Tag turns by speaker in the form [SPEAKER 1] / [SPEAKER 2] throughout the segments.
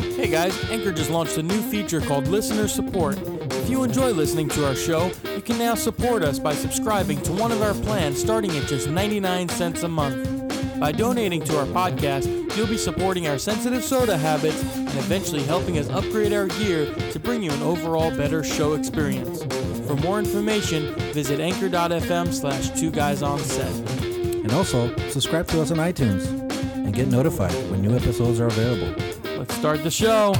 [SPEAKER 1] Hey guys, Anchor just launched a new feature called Listener Support. If you enjoy listening to our show, you can now support us by subscribing to one of our plans starting at just 99 cents a month. By donating to our podcast, you'll be supporting our sensitive soda habits and eventually helping us upgrade our gear to bring you an overall better show experience. For more information, visit anchor.fm slash two guys on set.
[SPEAKER 2] And also, subscribe to us on iTunes and get notified when new episodes are available.
[SPEAKER 1] Let's start the show.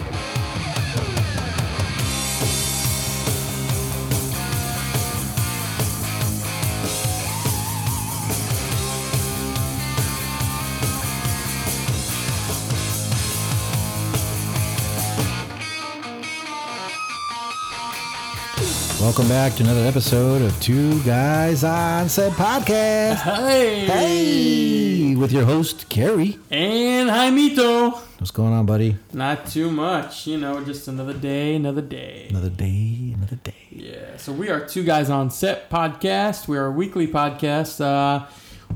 [SPEAKER 2] Welcome back to another episode of Two Guys on Said Podcast.
[SPEAKER 1] Hey!
[SPEAKER 2] Hey, with your host, Carrie.
[SPEAKER 1] And Jaimito!
[SPEAKER 2] What's going on, buddy?
[SPEAKER 1] Not too much, you know, just another day, another day.
[SPEAKER 2] Another day, another day.
[SPEAKER 1] Yeah, so we are Two Guys on Set podcast. We are a weekly podcast. Uh,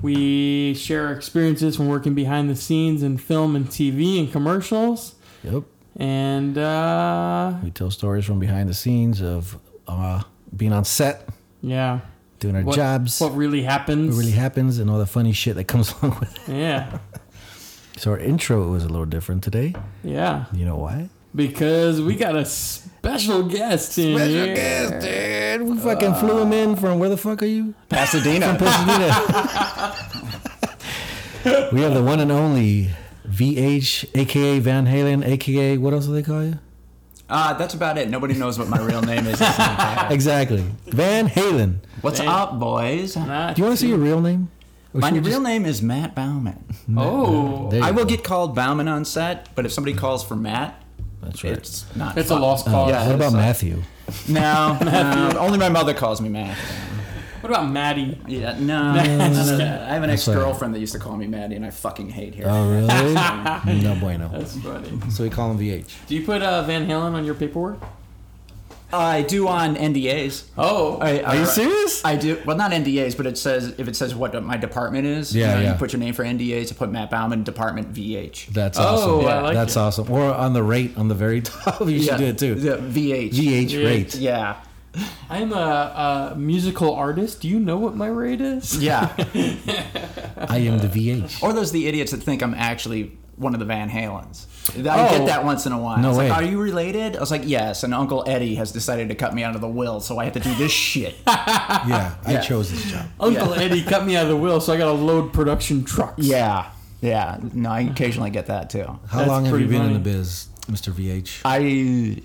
[SPEAKER 1] we share our experiences from working behind the scenes in film and TV and commercials.
[SPEAKER 2] Yep.
[SPEAKER 1] And uh,
[SPEAKER 2] We tell stories from behind the scenes of uh, being on set,
[SPEAKER 1] yeah,
[SPEAKER 2] doing our
[SPEAKER 1] what,
[SPEAKER 2] jobs,
[SPEAKER 1] what
[SPEAKER 2] what
[SPEAKER 1] really happens.
[SPEAKER 2] really happens, and all the funny shit that comes along with it.
[SPEAKER 1] yeah,
[SPEAKER 2] So, our intro was a little different today.
[SPEAKER 1] yeah,
[SPEAKER 2] You know why?
[SPEAKER 1] because we got a special guest in
[SPEAKER 2] Special
[SPEAKER 1] here.
[SPEAKER 2] guest, dude. We fucking flew him in from where the fuck are you?
[SPEAKER 3] Pasadena.
[SPEAKER 2] Pasadena. we have the one and only VH, aka Van Halen, aka what else do they call you?
[SPEAKER 3] Uh, that's about it. Nobody knows what my real name is.
[SPEAKER 2] Exactly, Van Halen.
[SPEAKER 3] What's up, boys?
[SPEAKER 1] Not
[SPEAKER 2] Do you want to see your real name? Or
[SPEAKER 3] My
[SPEAKER 2] should we
[SPEAKER 3] real
[SPEAKER 2] just-
[SPEAKER 3] name is Matt Bauman.
[SPEAKER 1] Oh,
[SPEAKER 2] There you
[SPEAKER 3] I will
[SPEAKER 2] go.
[SPEAKER 3] get called Bauman on set, but if somebody calls for Matt,
[SPEAKER 2] That's right.
[SPEAKER 3] it's not.
[SPEAKER 1] it's a lost
[SPEAKER 2] Oh,
[SPEAKER 1] cause.
[SPEAKER 3] yeah.
[SPEAKER 2] what about
[SPEAKER 3] it's, uh,
[SPEAKER 2] Matthew?
[SPEAKER 3] No, no, only my mother calls me Matt.
[SPEAKER 1] What about Maddie?
[SPEAKER 3] Yeah, no. I have an ex girlfriend that used to call me Maddie, and I fucking hate her.
[SPEAKER 2] Oh really? no bueno.
[SPEAKER 1] That's funny.
[SPEAKER 2] So we call him VH.
[SPEAKER 1] Do you put uh, Van Halen on your paperwork?
[SPEAKER 3] I do on NDAs.
[SPEAKER 1] Oh,
[SPEAKER 3] Are you
[SPEAKER 2] serious?
[SPEAKER 3] I do. Well, not NDAs, but it says if it says what my department is.
[SPEAKER 2] Yeah,
[SPEAKER 3] you, know,
[SPEAKER 2] yeah.
[SPEAKER 3] you put your name for NDAs. I put Matt Bauman, Department VH.
[SPEAKER 2] That's
[SPEAKER 1] Oh,
[SPEAKER 2] awesome.
[SPEAKER 1] I like
[SPEAKER 2] That's
[SPEAKER 1] it.
[SPEAKER 2] awesome. Or on the rate on the very top, you should do it too.
[SPEAKER 3] Yeah, VH.
[SPEAKER 2] VH rate.
[SPEAKER 3] Yeah.
[SPEAKER 1] I'm a, a musical artist. Do you know what my rate is?
[SPEAKER 3] Yeah.
[SPEAKER 2] I am the VH.
[SPEAKER 3] Or those the idiots that think I'm actually one of the Van Halens. I
[SPEAKER 1] Oh.
[SPEAKER 3] get that once in a while.
[SPEAKER 2] No
[SPEAKER 3] it's like,
[SPEAKER 2] way.
[SPEAKER 3] are you related? I was like, yes. And Uncle Eddie has decided to cut me out of the will, so I have to do this shit.
[SPEAKER 2] Yeah, I
[SPEAKER 3] Yeah.
[SPEAKER 2] chose this job.
[SPEAKER 1] Uncle
[SPEAKER 3] Yeah.
[SPEAKER 1] Eddie cut me out of the will, so I got to load production trucks.
[SPEAKER 3] yeah, yeah. No, I occasionally get that too.
[SPEAKER 2] How
[SPEAKER 1] That's
[SPEAKER 2] long have you
[SPEAKER 1] pretty
[SPEAKER 2] been in the
[SPEAKER 1] funny.
[SPEAKER 2] biz, Mr. VH?
[SPEAKER 3] I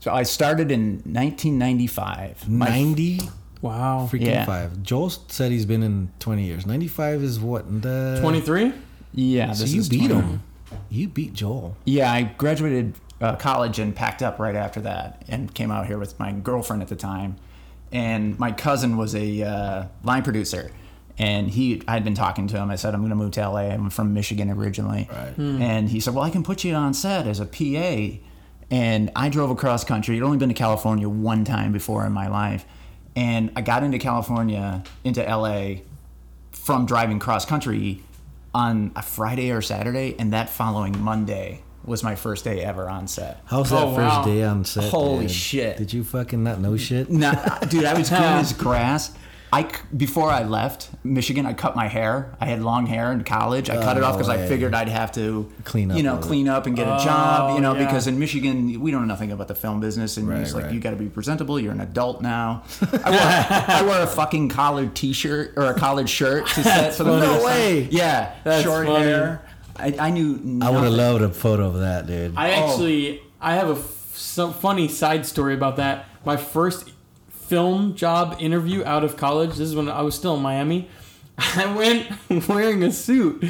[SPEAKER 3] so I started in 1995. My-
[SPEAKER 2] Ninety
[SPEAKER 1] Wow.
[SPEAKER 2] freaking
[SPEAKER 3] Yeah.
[SPEAKER 2] five. Joel said he's been in twenty years. Ninety five is what the
[SPEAKER 1] 23?
[SPEAKER 3] yeah,
[SPEAKER 2] So
[SPEAKER 3] this
[SPEAKER 2] you
[SPEAKER 3] is
[SPEAKER 2] beat
[SPEAKER 3] 20.
[SPEAKER 2] him. You beat Joel.
[SPEAKER 3] Yeah, I graduated uh, college and packed up right after that, and came out here with my girlfriend at the time. And my cousin was a uh, line producer, and he I had been talking to him. I said I'm going to move to LA. I'm from Michigan originally,
[SPEAKER 2] Right.
[SPEAKER 3] and he said, "Well, I can put you on set as a PA." And I drove across country. I'd only been to California one time before in my life, and I got into California, into LA, from driving cross country on a Friday or Saturday, and that following Monday was my first day ever on set.
[SPEAKER 2] How was
[SPEAKER 1] Oh,
[SPEAKER 2] that first
[SPEAKER 1] wow.
[SPEAKER 2] day on set?
[SPEAKER 3] Holy
[SPEAKER 2] dude?
[SPEAKER 3] shit.
[SPEAKER 2] Did you fucking not know shit?
[SPEAKER 3] Nah, dude, I was green as grass. I c- before I left Michigan, I cut my hair. I had long hair in college. I cut it
[SPEAKER 2] Oh,
[SPEAKER 3] off because
[SPEAKER 2] way.
[SPEAKER 3] I figured I'd have to
[SPEAKER 2] Clean up
[SPEAKER 3] you
[SPEAKER 2] a
[SPEAKER 3] know,
[SPEAKER 2] little.
[SPEAKER 3] clean up and get a
[SPEAKER 1] Oh,
[SPEAKER 3] job, you know,
[SPEAKER 1] yeah.
[SPEAKER 3] because in Michigan we don't know nothing about the film business, and
[SPEAKER 2] Right,
[SPEAKER 3] it's like
[SPEAKER 2] right.
[SPEAKER 3] you got to be presentable. You're an adult now. I wore, I wore a fucking collared t-shirt or a collared shirt to set for the
[SPEAKER 2] funny.
[SPEAKER 3] first
[SPEAKER 2] No
[SPEAKER 3] time.
[SPEAKER 2] way.
[SPEAKER 3] Yeah,
[SPEAKER 1] That's
[SPEAKER 3] short
[SPEAKER 1] funny.
[SPEAKER 3] hair. I, I knew.
[SPEAKER 2] I would have
[SPEAKER 3] nothing.
[SPEAKER 2] loved a photo of that, dude.
[SPEAKER 1] I actually, I have a f- some funny side story about that. My first film job interview out of college, this is when I was still in Miami. I went wearing a suit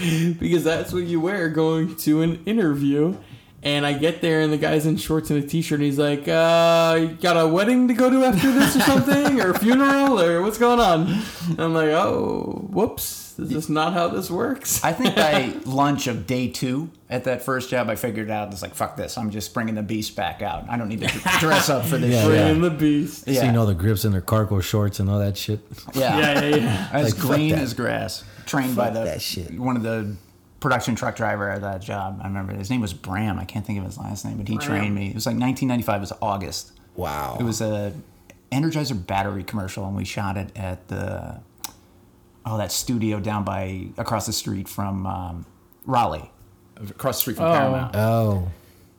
[SPEAKER 1] because that's what you wear going to an interview. And I get there and the guy's in shorts and a t-shirt and he's like, uh, you got a wedding to go to after this or something? or a funeral? Or what's going on? And I'm like, oh, whoops. This is not how this works.
[SPEAKER 3] I think by lunch of day two at that first job, I figured out it's like fuck this. I'm just bringing the beast back out. I don't need to dress up for this.
[SPEAKER 2] Yeah,
[SPEAKER 3] shit.
[SPEAKER 1] Bring
[SPEAKER 2] yeah.
[SPEAKER 1] in the beast.
[SPEAKER 3] Yeah.
[SPEAKER 2] Seeing all the grips in their cargo shorts and all that shit.
[SPEAKER 3] yeah.
[SPEAKER 1] Yeah, yeah, yeah.
[SPEAKER 3] As
[SPEAKER 2] Like, fuck
[SPEAKER 3] green
[SPEAKER 2] that.
[SPEAKER 3] as grass. Trained by the
[SPEAKER 2] that shit.
[SPEAKER 3] one of the production truck driver at that job. I remember his name was Bram. I can't think of his last name, but he
[SPEAKER 1] Bram.
[SPEAKER 3] trained me. It was like 1995. It was August.
[SPEAKER 2] Wow.
[SPEAKER 3] It was a Energizer battery commercial, and we shot it at the oh that studio down by across the street from um, Raleigh, across the street from
[SPEAKER 1] Oh.
[SPEAKER 3] Paramount.
[SPEAKER 2] oh,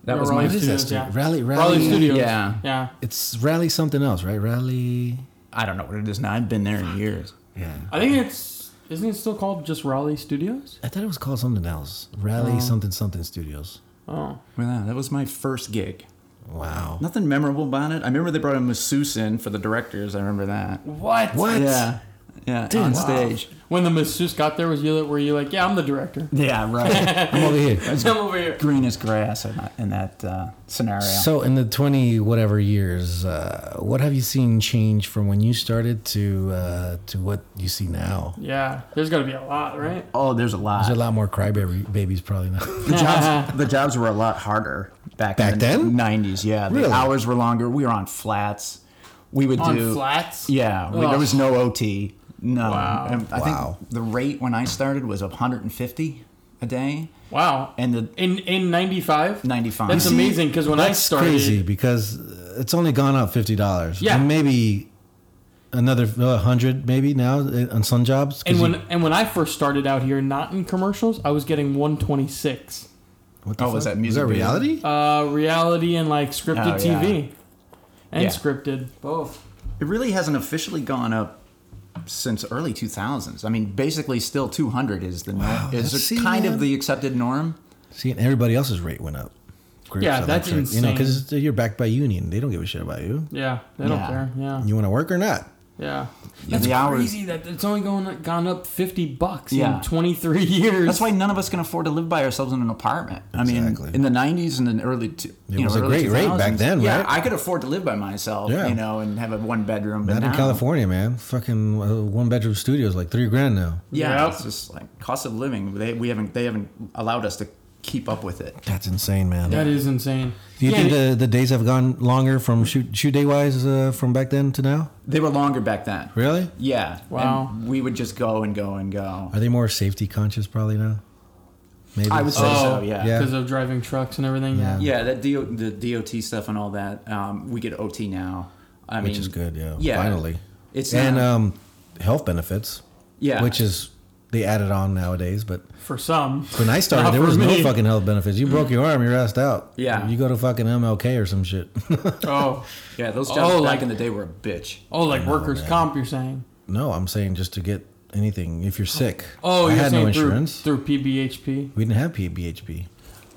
[SPEAKER 3] That
[SPEAKER 1] Yeah,
[SPEAKER 3] was
[SPEAKER 1] Raleigh
[SPEAKER 3] my
[SPEAKER 2] what is
[SPEAKER 1] Studios,
[SPEAKER 2] that? Stu-
[SPEAKER 1] yeah.
[SPEAKER 2] Rally, rally.
[SPEAKER 1] Raleigh Studios.
[SPEAKER 3] Yeah.
[SPEAKER 1] Yeah.
[SPEAKER 2] It's rally something else, right? Rally.
[SPEAKER 3] I don't know what it is now. I've been there in years.
[SPEAKER 2] Yeah.
[SPEAKER 1] I think it's isn't it still called just Raleigh Studios?
[SPEAKER 2] I thought it was called something else. Rally something something studios.
[SPEAKER 1] Oh.
[SPEAKER 3] Well, yeah, that was my first gig.
[SPEAKER 2] Wow.
[SPEAKER 3] Nothing memorable about it. I remember they brought a masseuse in for the directors. I remember that.
[SPEAKER 1] What?
[SPEAKER 2] What?
[SPEAKER 3] Yeah, yeah,
[SPEAKER 2] wow.
[SPEAKER 3] on stage.
[SPEAKER 1] When the masseuse got there, was you were you like, yeah, I'm the director.
[SPEAKER 3] Yeah, right.
[SPEAKER 2] I'm over here.
[SPEAKER 1] I'm over here.
[SPEAKER 3] Green as grass in that, in that uh, scenario.
[SPEAKER 2] So, in the 20 whatever years, uh, what have you seen change from when you started to uh, to what you see now?
[SPEAKER 1] Yeah. There's got to be a lot, right?
[SPEAKER 3] oh, there's a lot.
[SPEAKER 2] There's a lot more crybaby babies probably now.
[SPEAKER 3] the jobs the jobs were a lot harder back
[SPEAKER 2] Back
[SPEAKER 3] in the
[SPEAKER 2] then?
[SPEAKER 3] Nineties, yeah. The
[SPEAKER 2] Really?
[SPEAKER 3] hours were longer. We were on flats. We would
[SPEAKER 1] On
[SPEAKER 3] do
[SPEAKER 1] flats.
[SPEAKER 3] Yeah, we, there
[SPEAKER 1] Ugh.
[SPEAKER 3] was no OT. No.
[SPEAKER 1] Wow.
[SPEAKER 3] And I
[SPEAKER 2] Wow.
[SPEAKER 3] think the rate when I started was 150 a day,
[SPEAKER 1] Wow.
[SPEAKER 3] and the
[SPEAKER 1] in in '95.
[SPEAKER 3] 95.
[SPEAKER 1] That's
[SPEAKER 3] You see,
[SPEAKER 1] amazing because when I
[SPEAKER 2] That's
[SPEAKER 1] started,
[SPEAKER 2] crazy because it's only gone up fifty dollars.
[SPEAKER 1] Yeah.
[SPEAKER 2] and maybe another uh, hundred maybe now uh, on some jobs. 'Cause
[SPEAKER 1] and when
[SPEAKER 2] you-
[SPEAKER 1] and when I first started out here, not in commercials, I was getting 126.
[SPEAKER 2] what the
[SPEAKER 3] Oh, was
[SPEAKER 2] fuck?
[SPEAKER 3] that music
[SPEAKER 2] Is that
[SPEAKER 3] video?
[SPEAKER 2] reality?
[SPEAKER 1] Uh, reality and like scripted
[SPEAKER 3] Oh, yeah.
[SPEAKER 1] TV, and
[SPEAKER 3] Yeah.
[SPEAKER 1] scripted both.
[SPEAKER 3] it really hasn't officially gone up since early 2000s. I mean, basically, still 200 is the norm.
[SPEAKER 2] Wow,
[SPEAKER 3] is
[SPEAKER 2] that's-
[SPEAKER 3] it kind
[SPEAKER 2] see,
[SPEAKER 3] of the accepted norm.
[SPEAKER 2] See, and everybody else's rate went up. Groups
[SPEAKER 1] Yeah,
[SPEAKER 2] of that
[SPEAKER 1] that's
[SPEAKER 2] sort, You know,
[SPEAKER 1] insane.
[SPEAKER 2] because you're backed by union, they don't give a shit about you.
[SPEAKER 1] Yeah, they don't
[SPEAKER 3] Yeah.
[SPEAKER 1] care. Yeah,
[SPEAKER 2] You want to work or not?
[SPEAKER 1] yeah.
[SPEAKER 3] Yeah,
[SPEAKER 1] That's
[SPEAKER 3] the hours-
[SPEAKER 1] crazy that it's only going gone up 50 bucks
[SPEAKER 3] Yeah.
[SPEAKER 1] in 23 years.
[SPEAKER 3] That's why none of us can afford to live by ourselves in an apartment. I
[SPEAKER 2] Exactly.
[SPEAKER 3] mean, in the '90s and in the early, t-
[SPEAKER 2] It
[SPEAKER 3] you
[SPEAKER 2] was
[SPEAKER 3] know,
[SPEAKER 2] a
[SPEAKER 3] early
[SPEAKER 2] great rate back
[SPEAKER 3] 2000s.
[SPEAKER 2] then,
[SPEAKER 3] Yeah,
[SPEAKER 2] right?
[SPEAKER 3] I could afford to live by myself,
[SPEAKER 2] Yeah.
[SPEAKER 3] you know, and have a one bedroom.
[SPEAKER 2] Not in California, man. Fucking uh, one bedroom studios like three grand now.
[SPEAKER 3] Yeah,
[SPEAKER 1] Yep.
[SPEAKER 3] it's just like cost of living. They we haven't they haven't allowed us to keep up with it.
[SPEAKER 2] That's insane, man.
[SPEAKER 1] That is insane.
[SPEAKER 2] Do you
[SPEAKER 1] Yeah,
[SPEAKER 2] think the, the days have gone longer from shoot shoot day wise uh, from back then to now?
[SPEAKER 3] They were longer back then.
[SPEAKER 2] Really?
[SPEAKER 3] Yeah. and
[SPEAKER 1] Wow.
[SPEAKER 3] we would just go and go and go.
[SPEAKER 2] Are they more safety conscious probably now? Maybe.
[SPEAKER 3] I would say
[SPEAKER 1] Oh,
[SPEAKER 3] so. Yeah.
[SPEAKER 2] yeah.
[SPEAKER 3] yeah.
[SPEAKER 1] because of driving trucks and everything. Yeah.
[SPEAKER 3] that DO, the DOT stuff and all that. Um, we get OT now. I
[SPEAKER 2] which
[SPEAKER 3] mean,
[SPEAKER 2] is good. Yeah,
[SPEAKER 3] yeah.
[SPEAKER 2] finally.
[SPEAKER 3] It's
[SPEAKER 2] and
[SPEAKER 3] not-
[SPEAKER 2] um, health benefits.
[SPEAKER 3] Yeah.
[SPEAKER 2] which is they added on nowadays. But
[SPEAKER 1] For some.
[SPEAKER 2] when I started,
[SPEAKER 1] Not
[SPEAKER 2] there
[SPEAKER 1] for
[SPEAKER 2] was no
[SPEAKER 1] me.
[SPEAKER 2] fucking health benefits. You broke your arm, you're assed out.
[SPEAKER 3] Yeah.
[SPEAKER 2] you go to fucking MLK or some shit.
[SPEAKER 1] Oh,
[SPEAKER 3] Yeah, those jobs
[SPEAKER 1] Oh,
[SPEAKER 3] back
[SPEAKER 1] like-
[SPEAKER 3] in the day were a bitch.
[SPEAKER 1] oh, like workers' comp. You're saying?
[SPEAKER 2] no, I'm saying just to get anything if you're sick.
[SPEAKER 1] Oh,
[SPEAKER 2] I
[SPEAKER 1] you're
[SPEAKER 2] had
[SPEAKER 1] saying
[SPEAKER 2] no
[SPEAKER 1] through,
[SPEAKER 2] insurance.
[SPEAKER 1] through PBHP
[SPEAKER 2] we didn't have PBHP.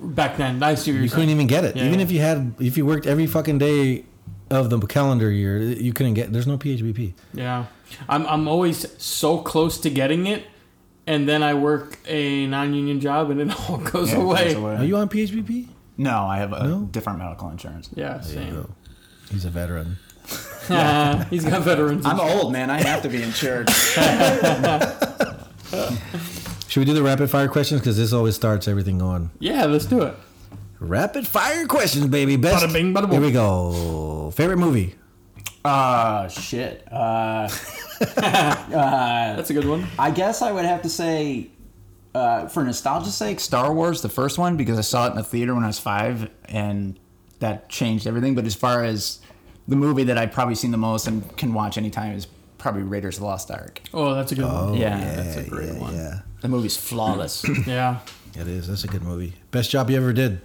[SPEAKER 1] back then. I see what you're
[SPEAKER 2] You
[SPEAKER 1] saying.
[SPEAKER 2] couldn't even get it.
[SPEAKER 1] Yeah,
[SPEAKER 2] even
[SPEAKER 1] yeah.
[SPEAKER 2] if you had, if you worked every fucking day of the calendar year, you couldn't get. There's no PHBP.
[SPEAKER 1] Yeah. I'm I'm always so close to getting it and then I work a non-union job and it all goes
[SPEAKER 3] Yeah, it
[SPEAKER 1] away.
[SPEAKER 3] goes away.
[SPEAKER 2] Are you on PHBP?
[SPEAKER 3] No, I have a
[SPEAKER 2] No?
[SPEAKER 3] different medical insurance.
[SPEAKER 1] Yeah,
[SPEAKER 2] There you
[SPEAKER 1] same.
[SPEAKER 2] go. He's a veteran.
[SPEAKER 1] He's got veterans.
[SPEAKER 3] I'm old, man. I have to be insured.
[SPEAKER 2] Should we do the rapid fire questions? Because this always starts everything on.
[SPEAKER 1] yeah, let's do it.
[SPEAKER 2] Rapid fire questions, baby. Best.
[SPEAKER 1] Bada bing, bada boom.
[SPEAKER 2] Here we go. Favorite movie?
[SPEAKER 3] Uh, shit. Uh,
[SPEAKER 1] That's a good one.
[SPEAKER 3] I guess I would have to say, uh, for nostalgia's sake, Star Wars, the first one, because I saw it in the theater when I was five, and that changed everything. But as far as the movie that I've probably seen the most and can watch anytime is probably Raiders of the Lost Ark.
[SPEAKER 1] Oh, that's a good one.
[SPEAKER 3] yeah,
[SPEAKER 1] that's a great
[SPEAKER 2] yeah,
[SPEAKER 1] one. Yeah.
[SPEAKER 2] Yeah,
[SPEAKER 3] The movie's flawless.
[SPEAKER 2] it is. That's a good movie. Best job you ever did?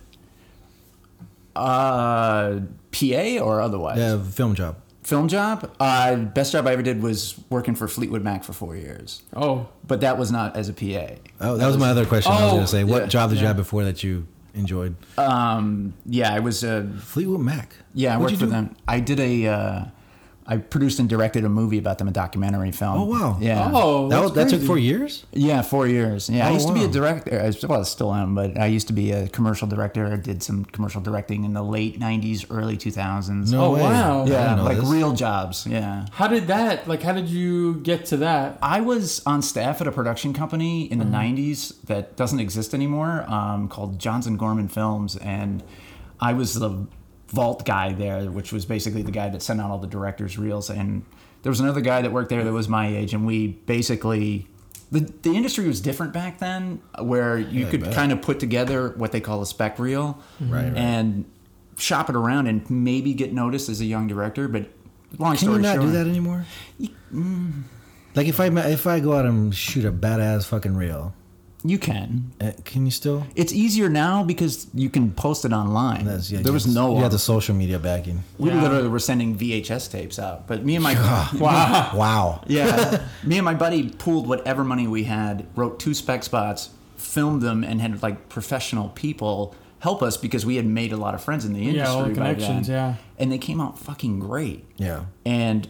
[SPEAKER 3] uh, PA or otherwise?
[SPEAKER 2] Yeah, film job.
[SPEAKER 3] Film job? Uh, best job I ever did was working for Fleetwood Mac for four years.
[SPEAKER 1] Oh,
[SPEAKER 3] But that was not as a PA.
[SPEAKER 2] Oh, that was my other question. I was
[SPEAKER 1] Oh,
[SPEAKER 2] gonna say, what
[SPEAKER 3] yeah,
[SPEAKER 2] job did you
[SPEAKER 1] yeah.
[SPEAKER 2] have before that you enjoyed?
[SPEAKER 3] Um, yeah, I was a
[SPEAKER 2] Fleetwood Mac.
[SPEAKER 3] Yeah, I
[SPEAKER 2] What'd
[SPEAKER 3] worked
[SPEAKER 2] you
[SPEAKER 3] for
[SPEAKER 2] do?
[SPEAKER 3] them. I did a, uh, I produced and directed a movie about them, a documentary film.
[SPEAKER 2] Oh, wow.
[SPEAKER 3] Yeah.
[SPEAKER 1] oh,
[SPEAKER 2] That,
[SPEAKER 1] that's
[SPEAKER 2] was, that took
[SPEAKER 1] crazy.
[SPEAKER 2] four years.
[SPEAKER 3] Yeah, four years. Yeah,
[SPEAKER 2] Oh,
[SPEAKER 3] I used to be
[SPEAKER 2] wow.
[SPEAKER 3] a director. I s- Well, I still am, but I used to be a commercial director. I did some commercial directing in the late '90s, early 2000s.
[SPEAKER 2] No
[SPEAKER 1] Oh,
[SPEAKER 2] way.
[SPEAKER 1] wow.
[SPEAKER 2] I
[SPEAKER 3] yeah,
[SPEAKER 2] didn't know
[SPEAKER 3] like
[SPEAKER 2] this.
[SPEAKER 3] real jobs. Yeah.
[SPEAKER 1] How did that? Like, how did you get to that?
[SPEAKER 3] I was on staff at a production company
[SPEAKER 2] Mm-hmm.
[SPEAKER 3] in the '90s that doesn't exist anymore, um, called Johnson Gorman Films, and I was the vault guy there, which was basically the guy that sent out all the directors' reels. And there was another guy that worked there that was my age, and we basically the, the industry was different back then, where you
[SPEAKER 2] I
[SPEAKER 3] could
[SPEAKER 2] bet. Mm-hmm.
[SPEAKER 3] kind of put together what they call a spec reel,
[SPEAKER 2] Right, right.
[SPEAKER 3] and shop it around and maybe get noticed as a young director. But long
[SPEAKER 2] Can
[SPEAKER 3] story mm.
[SPEAKER 2] you not
[SPEAKER 3] short,
[SPEAKER 2] do that anymore? Like if I ma- if I go out and shoot a badass fucking reel,
[SPEAKER 3] you can.
[SPEAKER 2] uh, can you still?
[SPEAKER 3] It's easier now because you can post it online.
[SPEAKER 2] That's- yeah,
[SPEAKER 3] there
[SPEAKER 2] you
[SPEAKER 3] was
[SPEAKER 2] had-
[SPEAKER 3] no.
[SPEAKER 2] You had the social media backing.
[SPEAKER 3] we
[SPEAKER 1] Yeah.
[SPEAKER 3] literally were sending VHS tapes out, but me and my Ah.
[SPEAKER 1] Wow.
[SPEAKER 2] Wow.
[SPEAKER 3] Yeah. Me and my buddy pooled whatever money we had, wrote two spec spots, filmed them, and had like professional people help us because we had made a lot of friends in the industry.
[SPEAKER 1] Yeah, all the
[SPEAKER 3] by then.
[SPEAKER 1] connections, yeah.
[SPEAKER 3] And they came out fucking great.
[SPEAKER 2] Yeah.
[SPEAKER 3] And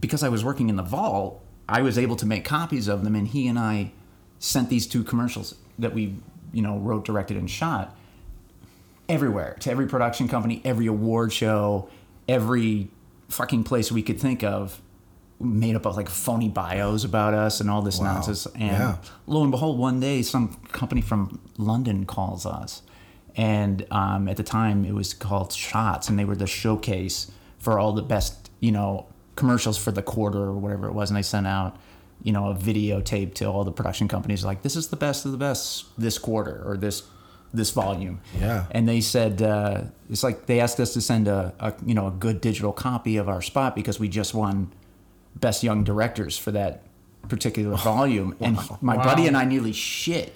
[SPEAKER 3] because I was working in the vault, I was able to make copies of them, and he and I sent these two commercials that we, you know, wrote, directed, and shot everywhere to every production company, every award show, every fucking place we could think of. Made up of like phony bios about us and all this
[SPEAKER 2] Wow.
[SPEAKER 3] nonsense. And
[SPEAKER 2] Yeah.
[SPEAKER 3] lo and behold, one day some company from London calls us. And um, at the time, it was called Shots, and they were the showcase for all the best, you know, commercials for the quarter or whatever it was. And they sent out, you know, a videotape to all the production companies like, this is the best of the best this quarter or this this volume.
[SPEAKER 2] Yeah.
[SPEAKER 3] And they said, uh, it's like they asked us to send a, a, you know, a good digital copy of our spot because we just won best young directors for that particular volume. And my buddy and I nearly shit.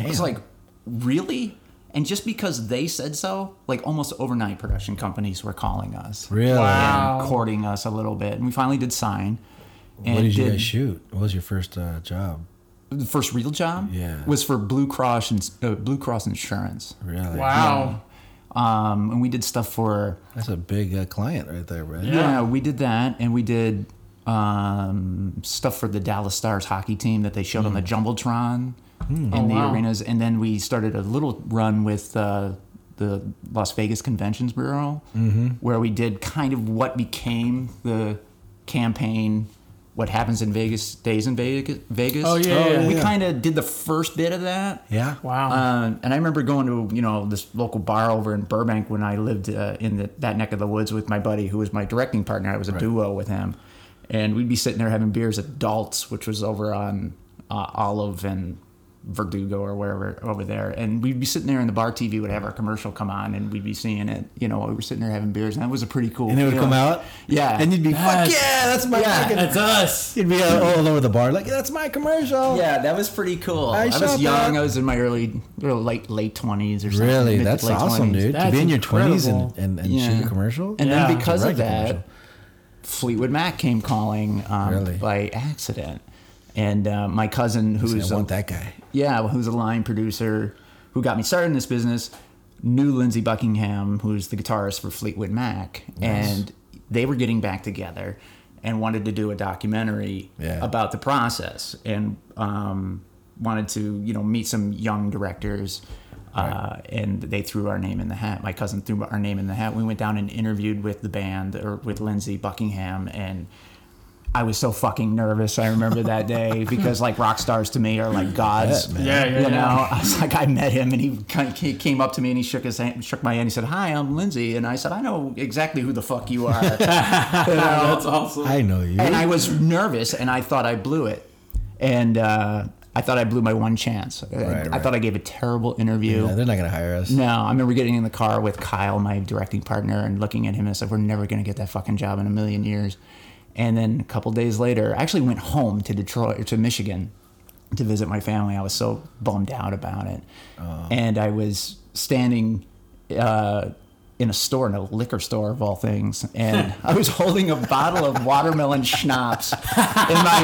[SPEAKER 3] I was
[SPEAKER 2] Damn.
[SPEAKER 3] like, really? And just because they said so, like almost overnight, production companies were calling us,
[SPEAKER 2] Really?
[SPEAKER 1] Wow.
[SPEAKER 3] and courting us a little bit. And we finally did sign. And
[SPEAKER 2] What did you guys shoot? What was your first uh, job?
[SPEAKER 3] The first real job
[SPEAKER 2] Yeah.
[SPEAKER 3] was for Blue Cross and uh, Blue Cross Insurance.
[SPEAKER 2] Really?
[SPEAKER 1] Wow.
[SPEAKER 3] Um, and we did stuff for
[SPEAKER 2] That's a big uh, client right there, right?
[SPEAKER 1] Yeah.
[SPEAKER 3] Yeah. we did that, and we did um, stuff for the Dallas Stars hockey team that they showed on the jumbotron in
[SPEAKER 1] Hmm. Oh,
[SPEAKER 3] the
[SPEAKER 1] wow.
[SPEAKER 3] arenas, and then we started a little run with uh, the Las Vegas Conventions Bureau,
[SPEAKER 1] Mm-hmm.
[SPEAKER 3] where we did kind of what became the campaign. What happens in Vegas stays in Vegas. Vegas.
[SPEAKER 1] Oh, yeah, Oh, yeah,
[SPEAKER 3] we
[SPEAKER 2] yeah.
[SPEAKER 3] kind of did the first bit of that.
[SPEAKER 2] Yeah.
[SPEAKER 1] Wow.
[SPEAKER 2] Uh,
[SPEAKER 3] Um, and I remember going to you know this local bar over in Burbank when I lived uh, in the, that neck of the woods with my buddy who was my directing partner. I was a duo with him, and we'd be sitting there having beers at Dalt's, which was over on uh, Olive and Verdugo or wherever over there. And we'd be sitting there, and the bar TV would have our commercial come on, and we'd be seeing it. You know, while we were sitting there having beers, and that was a pretty cool.
[SPEAKER 2] And it would
[SPEAKER 3] feeling.
[SPEAKER 2] come out.
[SPEAKER 3] yeah,
[SPEAKER 2] And you'd be fuck
[SPEAKER 1] Yes.
[SPEAKER 2] yeah, that's my.
[SPEAKER 3] Yeah.
[SPEAKER 2] fucking-"
[SPEAKER 1] That's us.
[SPEAKER 2] You'd be out all over the bar like that's my commercial.
[SPEAKER 3] Yeah, that was pretty cool.
[SPEAKER 2] I
[SPEAKER 3] I,
[SPEAKER 2] saw
[SPEAKER 3] was young.
[SPEAKER 2] that.
[SPEAKER 3] I was in my early, or late late twenties or something.
[SPEAKER 2] Really,
[SPEAKER 3] mid-
[SPEAKER 2] that's
[SPEAKER 3] late
[SPEAKER 2] awesome,
[SPEAKER 3] 20s.
[SPEAKER 2] dude. to
[SPEAKER 1] That's
[SPEAKER 2] be in your twenties and
[SPEAKER 1] incredible.
[SPEAKER 2] and, and
[SPEAKER 3] Yeah.
[SPEAKER 2] shoot a commercial.
[SPEAKER 3] And
[SPEAKER 1] Yeah.
[SPEAKER 3] then because of
[SPEAKER 2] Direct a
[SPEAKER 3] that,
[SPEAKER 2] commercial.
[SPEAKER 3] Fleetwood Mac came calling um,
[SPEAKER 2] Really?
[SPEAKER 3] by accident, and uh, my cousin, who's uh,
[SPEAKER 2] I
[SPEAKER 3] a,
[SPEAKER 2] want that guy.
[SPEAKER 3] yeah, who's a line producer, who got me started in this business, knew Lindsey Buckingham, who's the guitarist for Fleetwood Mac, and they were getting back together and wanted to do a documentary
[SPEAKER 2] Yeah.
[SPEAKER 3] about the process and um, wanted to you know meet some young directors. Uh, and they threw our name in the hat. My cousin threw our name in the hat. We went down and interviewed with the band or with Lindsey Buckingham, and I was so fucking nervous. I remember that day because like rock stars to me are like gods.
[SPEAKER 2] bet, man.
[SPEAKER 1] Yeah, yeah,
[SPEAKER 3] You
[SPEAKER 1] yeah.
[SPEAKER 3] know, I was like, I met him and he kind of ca- came up to me and he shook his hand, shook my hand. He said, "Hi, I'm Lindsay," and I said, "I know exactly who the fuck you are."
[SPEAKER 1] That's awesome.
[SPEAKER 2] I know you.
[SPEAKER 3] and I was nervous and I thought I blew it, and uh, I thought I blew my one chance. I- I,
[SPEAKER 2] Right, right.
[SPEAKER 3] thought I gave a terrible interview.
[SPEAKER 2] Yeah, they're not gonna hire us.
[SPEAKER 3] No, I remember getting in the car with Kyle, my directing partner, and looking at him and I said, "We're never going to get that fucking job in a million years." And then a couple days later, I actually went home to Detroit or to Michigan to visit my family. I was so bummed out about it,
[SPEAKER 1] Uh.
[SPEAKER 3] and I was standing uh, in a store, in a liquor store of all things, and I was holding a bottle of watermelon schnapps in my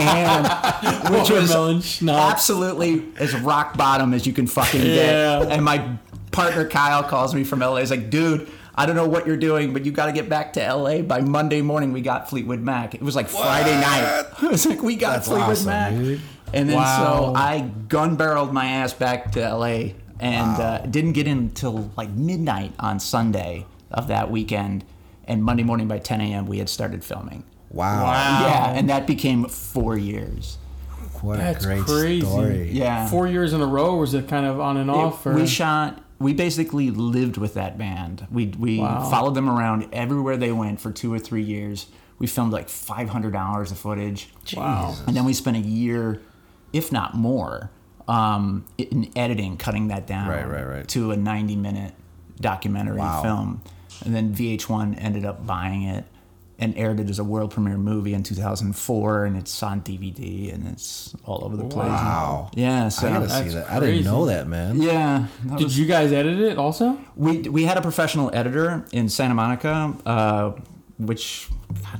[SPEAKER 3] hand, which was
[SPEAKER 1] Watermelon schnapps.
[SPEAKER 3] absolutely as rock bottom as you can fucking get.
[SPEAKER 1] Yeah.
[SPEAKER 3] And my partner Kyle calls me from LA. He's like, dude, I don't know what you're doing, but you got to get back to LA by Monday morning. We got Fleetwood Mac. It was like Friday night. I was like, we got
[SPEAKER 2] That's
[SPEAKER 3] Fleetwood
[SPEAKER 2] awesome,
[SPEAKER 3] Mac.
[SPEAKER 2] dude.
[SPEAKER 3] And then
[SPEAKER 1] Wow.
[SPEAKER 3] so I gun barreled my ass back to LA and uh, didn't get in until like midnight on Sunday of that weekend. And Monday morning by 10 a.m., we had started filming.
[SPEAKER 2] Wow.
[SPEAKER 1] Wow.
[SPEAKER 3] Yeah, and that became four years.
[SPEAKER 2] What
[SPEAKER 1] That's
[SPEAKER 2] a great
[SPEAKER 1] crazy.
[SPEAKER 2] story.
[SPEAKER 3] Yeah.
[SPEAKER 1] Four years in a row, or was it kind of on and off? Or?
[SPEAKER 3] We shot. We basically lived with that band. We we
[SPEAKER 1] Wow.
[SPEAKER 3] followed them around everywhere they went for two or three years. We filmed like 500 hours of footage,
[SPEAKER 1] wow.
[SPEAKER 3] and then we spent a year if not more, um, in editing, cutting that down
[SPEAKER 4] Right, right, right.
[SPEAKER 3] to a 90 minute documentary
[SPEAKER 4] Wow.
[SPEAKER 3] film. And then VH1 ended up buying it and aired it as a world premiere movie in 2004. And it's on DVD and it's all over the place.
[SPEAKER 4] Wow.
[SPEAKER 3] Yeah. So,
[SPEAKER 2] I gotta see
[SPEAKER 1] That's
[SPEAKER 2] that. I didn't
[SPEAKER 1] crazy.
[SPEAKER 2] know that, man.
[SPEAKER 3] yeah. that
[SPEAKER 1] Did you guys edit it also?
[SPEAKER 3] we we had a professional editor in Santa Monica, uh, which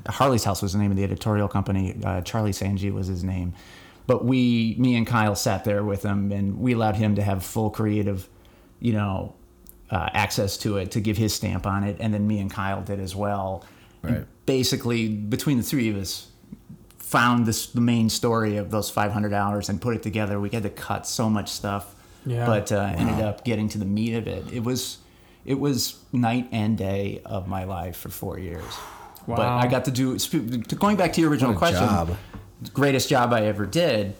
[SPEAKER 3] Harley's House was the name of the editorial company. Uh, Charlie Sanji was his name, but we, me and Kyle, sat there with him, and we allowed him to have full creative, you know, uh, access to it to give his stamp on it, and then me and Kyle did as well. And
[SPEAKER 4] Right.
[SPEAKER 3] basically, between the three of us, found this the main story of those 500 hours and put it together. We had to cut so much stuff,
[SPEAKER 1] Yeah.
[SPEAKER 3] but uh, ended up getting to the meat of it. It was it was night and day of my life for four years. But
[SPEAKER 1] Wow.
[SPEAKER 3] I got to do sp- to going back to your original
[SPEAKER 2] What a
[SPEAKER 3] question.
[SPEAKER 2] job.
[SPEAKER 3] Greatest job I ever did.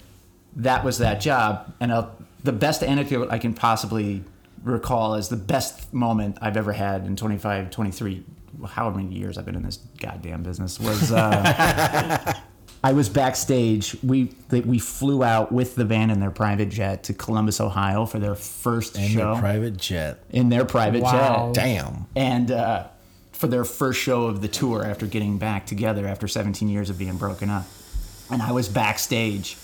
[SPEAKER 3] That was that job, and uh, the best anecdote I can possibly recall is the best moment I've ever had in 25, 23, however many years I've been in this goddamn business was. Uh, I was backstage. We they, we flew out with the van in their private jet to Columbus, Ohio, for their first
[SPEAKER 2] And
[SPEAKER 3] show
[SPEAKER 2] your private jet.
[SPEAKER 3] in their private
[SPEAKER 1] Wow.
[SPEAKER 3] jet,
[SPEAKER 2] Damn.
[SPEAKER 3] and uh, for their first show of the tour after getting back together after 17 years of being broken up. And I was backstage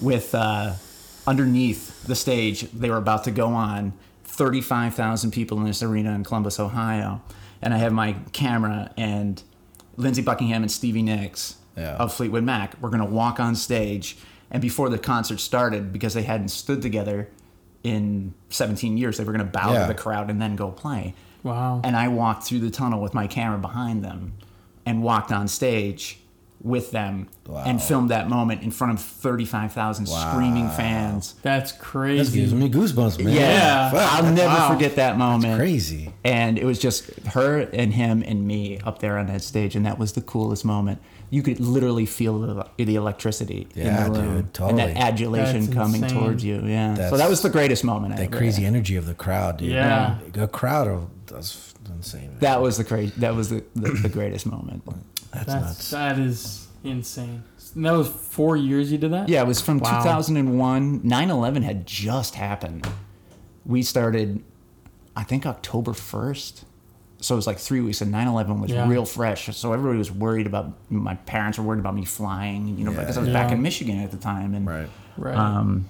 [SPEAKER 3] with uh, underneath the stage they were about to go on 35,000 people in this arena in Columbus, Ohio, and I have my camera and Lindsey Buckingham and Stevie Nicks
[SPEAKER 2] Yeah.
[SPEAKER 3] of Fleetwood Mac. We're gonna walk on stage, and before the concert started, because they hadn't stood together in 17 years, they were gonna bow
[SPEAKER 2] Yeah.
[SPEAKER 3] to the crowd and then go play.
[SPEAKER 1] Wow.
[SPEAKER 3] And I walked through the tunnel with my camera behind them and walked on stage with them
[SPEAKER 2] Wow.
[SPEAKER 3] and filmed that moment in front of 35,000 screaming fans.
[SPEAKER 1] That's
[SPEAKER 2] This gives
[SPEAKER 1] crazy.
[SPEAKER 2] me goosebumps, man.
[SPEAKER 1] Yeah.
[SPEAKER 2] Fuck,
[SPEAKER 3] I'll never
[SPEAKER 1] wow.
[SPEAKER 3] forget that moment.
[SPEAKER 2] crazy.
[SPEAKER 3] And it was just her and him and me up there on that stage, and that was the coolest moment. You could literally feel the, the electricity
[SPEAKER 2] Yeah,
[SPEAKER 3] in the room,
[SPEAKER 2] dude, totally.
[SPEAKER 3] and that adulation
[SPEAKER 1] That's
[SPEAKER 3] coming
[SPEAKER 1] insane.
[SPEAKER 3] towards you. Yeah, so
[SPEAKER 2] That's-
[SPEAKER 3] that was the greatest moment. I
[SPEAKER 2] That
[SPEAKER 3] ever
[SPEAKER 2] crazy
[SPEAKER 3] had.
[SPEAKER 2] energy of the crowd, dude.
[SPEAKER 1] Yeah.
[SPEAKER 2] A crowd of that's insane. man.
[SPEAKER 3] That was the crazy. That was the, the, the greatest moment.
[SPEAKER 2] That's,
[SPEAKER 1] That's
[SPEAKER 2] nuts.
[SPEAKER 1] that is insane. And that was four years you did that.
[SPEAKER 3] Yeah, it was from
[SPEAKER 1] Wow.
[SPEAKER 3] 2001. 9 11 had just happened. We started, I think, October 1st. So it was like three weeks, and 9 11 was
[SPEAKER 1] Yeah.
[SPEAKER 3] real fresh. So everybody was worried about my parents were worried about me flying, you know, because I was back
[SPEAKER 1] Yeah.
[SPEAKER 3] in Michigan at the time. And,
[SPEAKER 4] Right.
[SPEAKER 1] Right.
[SPEAKER 2] Uh,
[SPEAKER 3] um,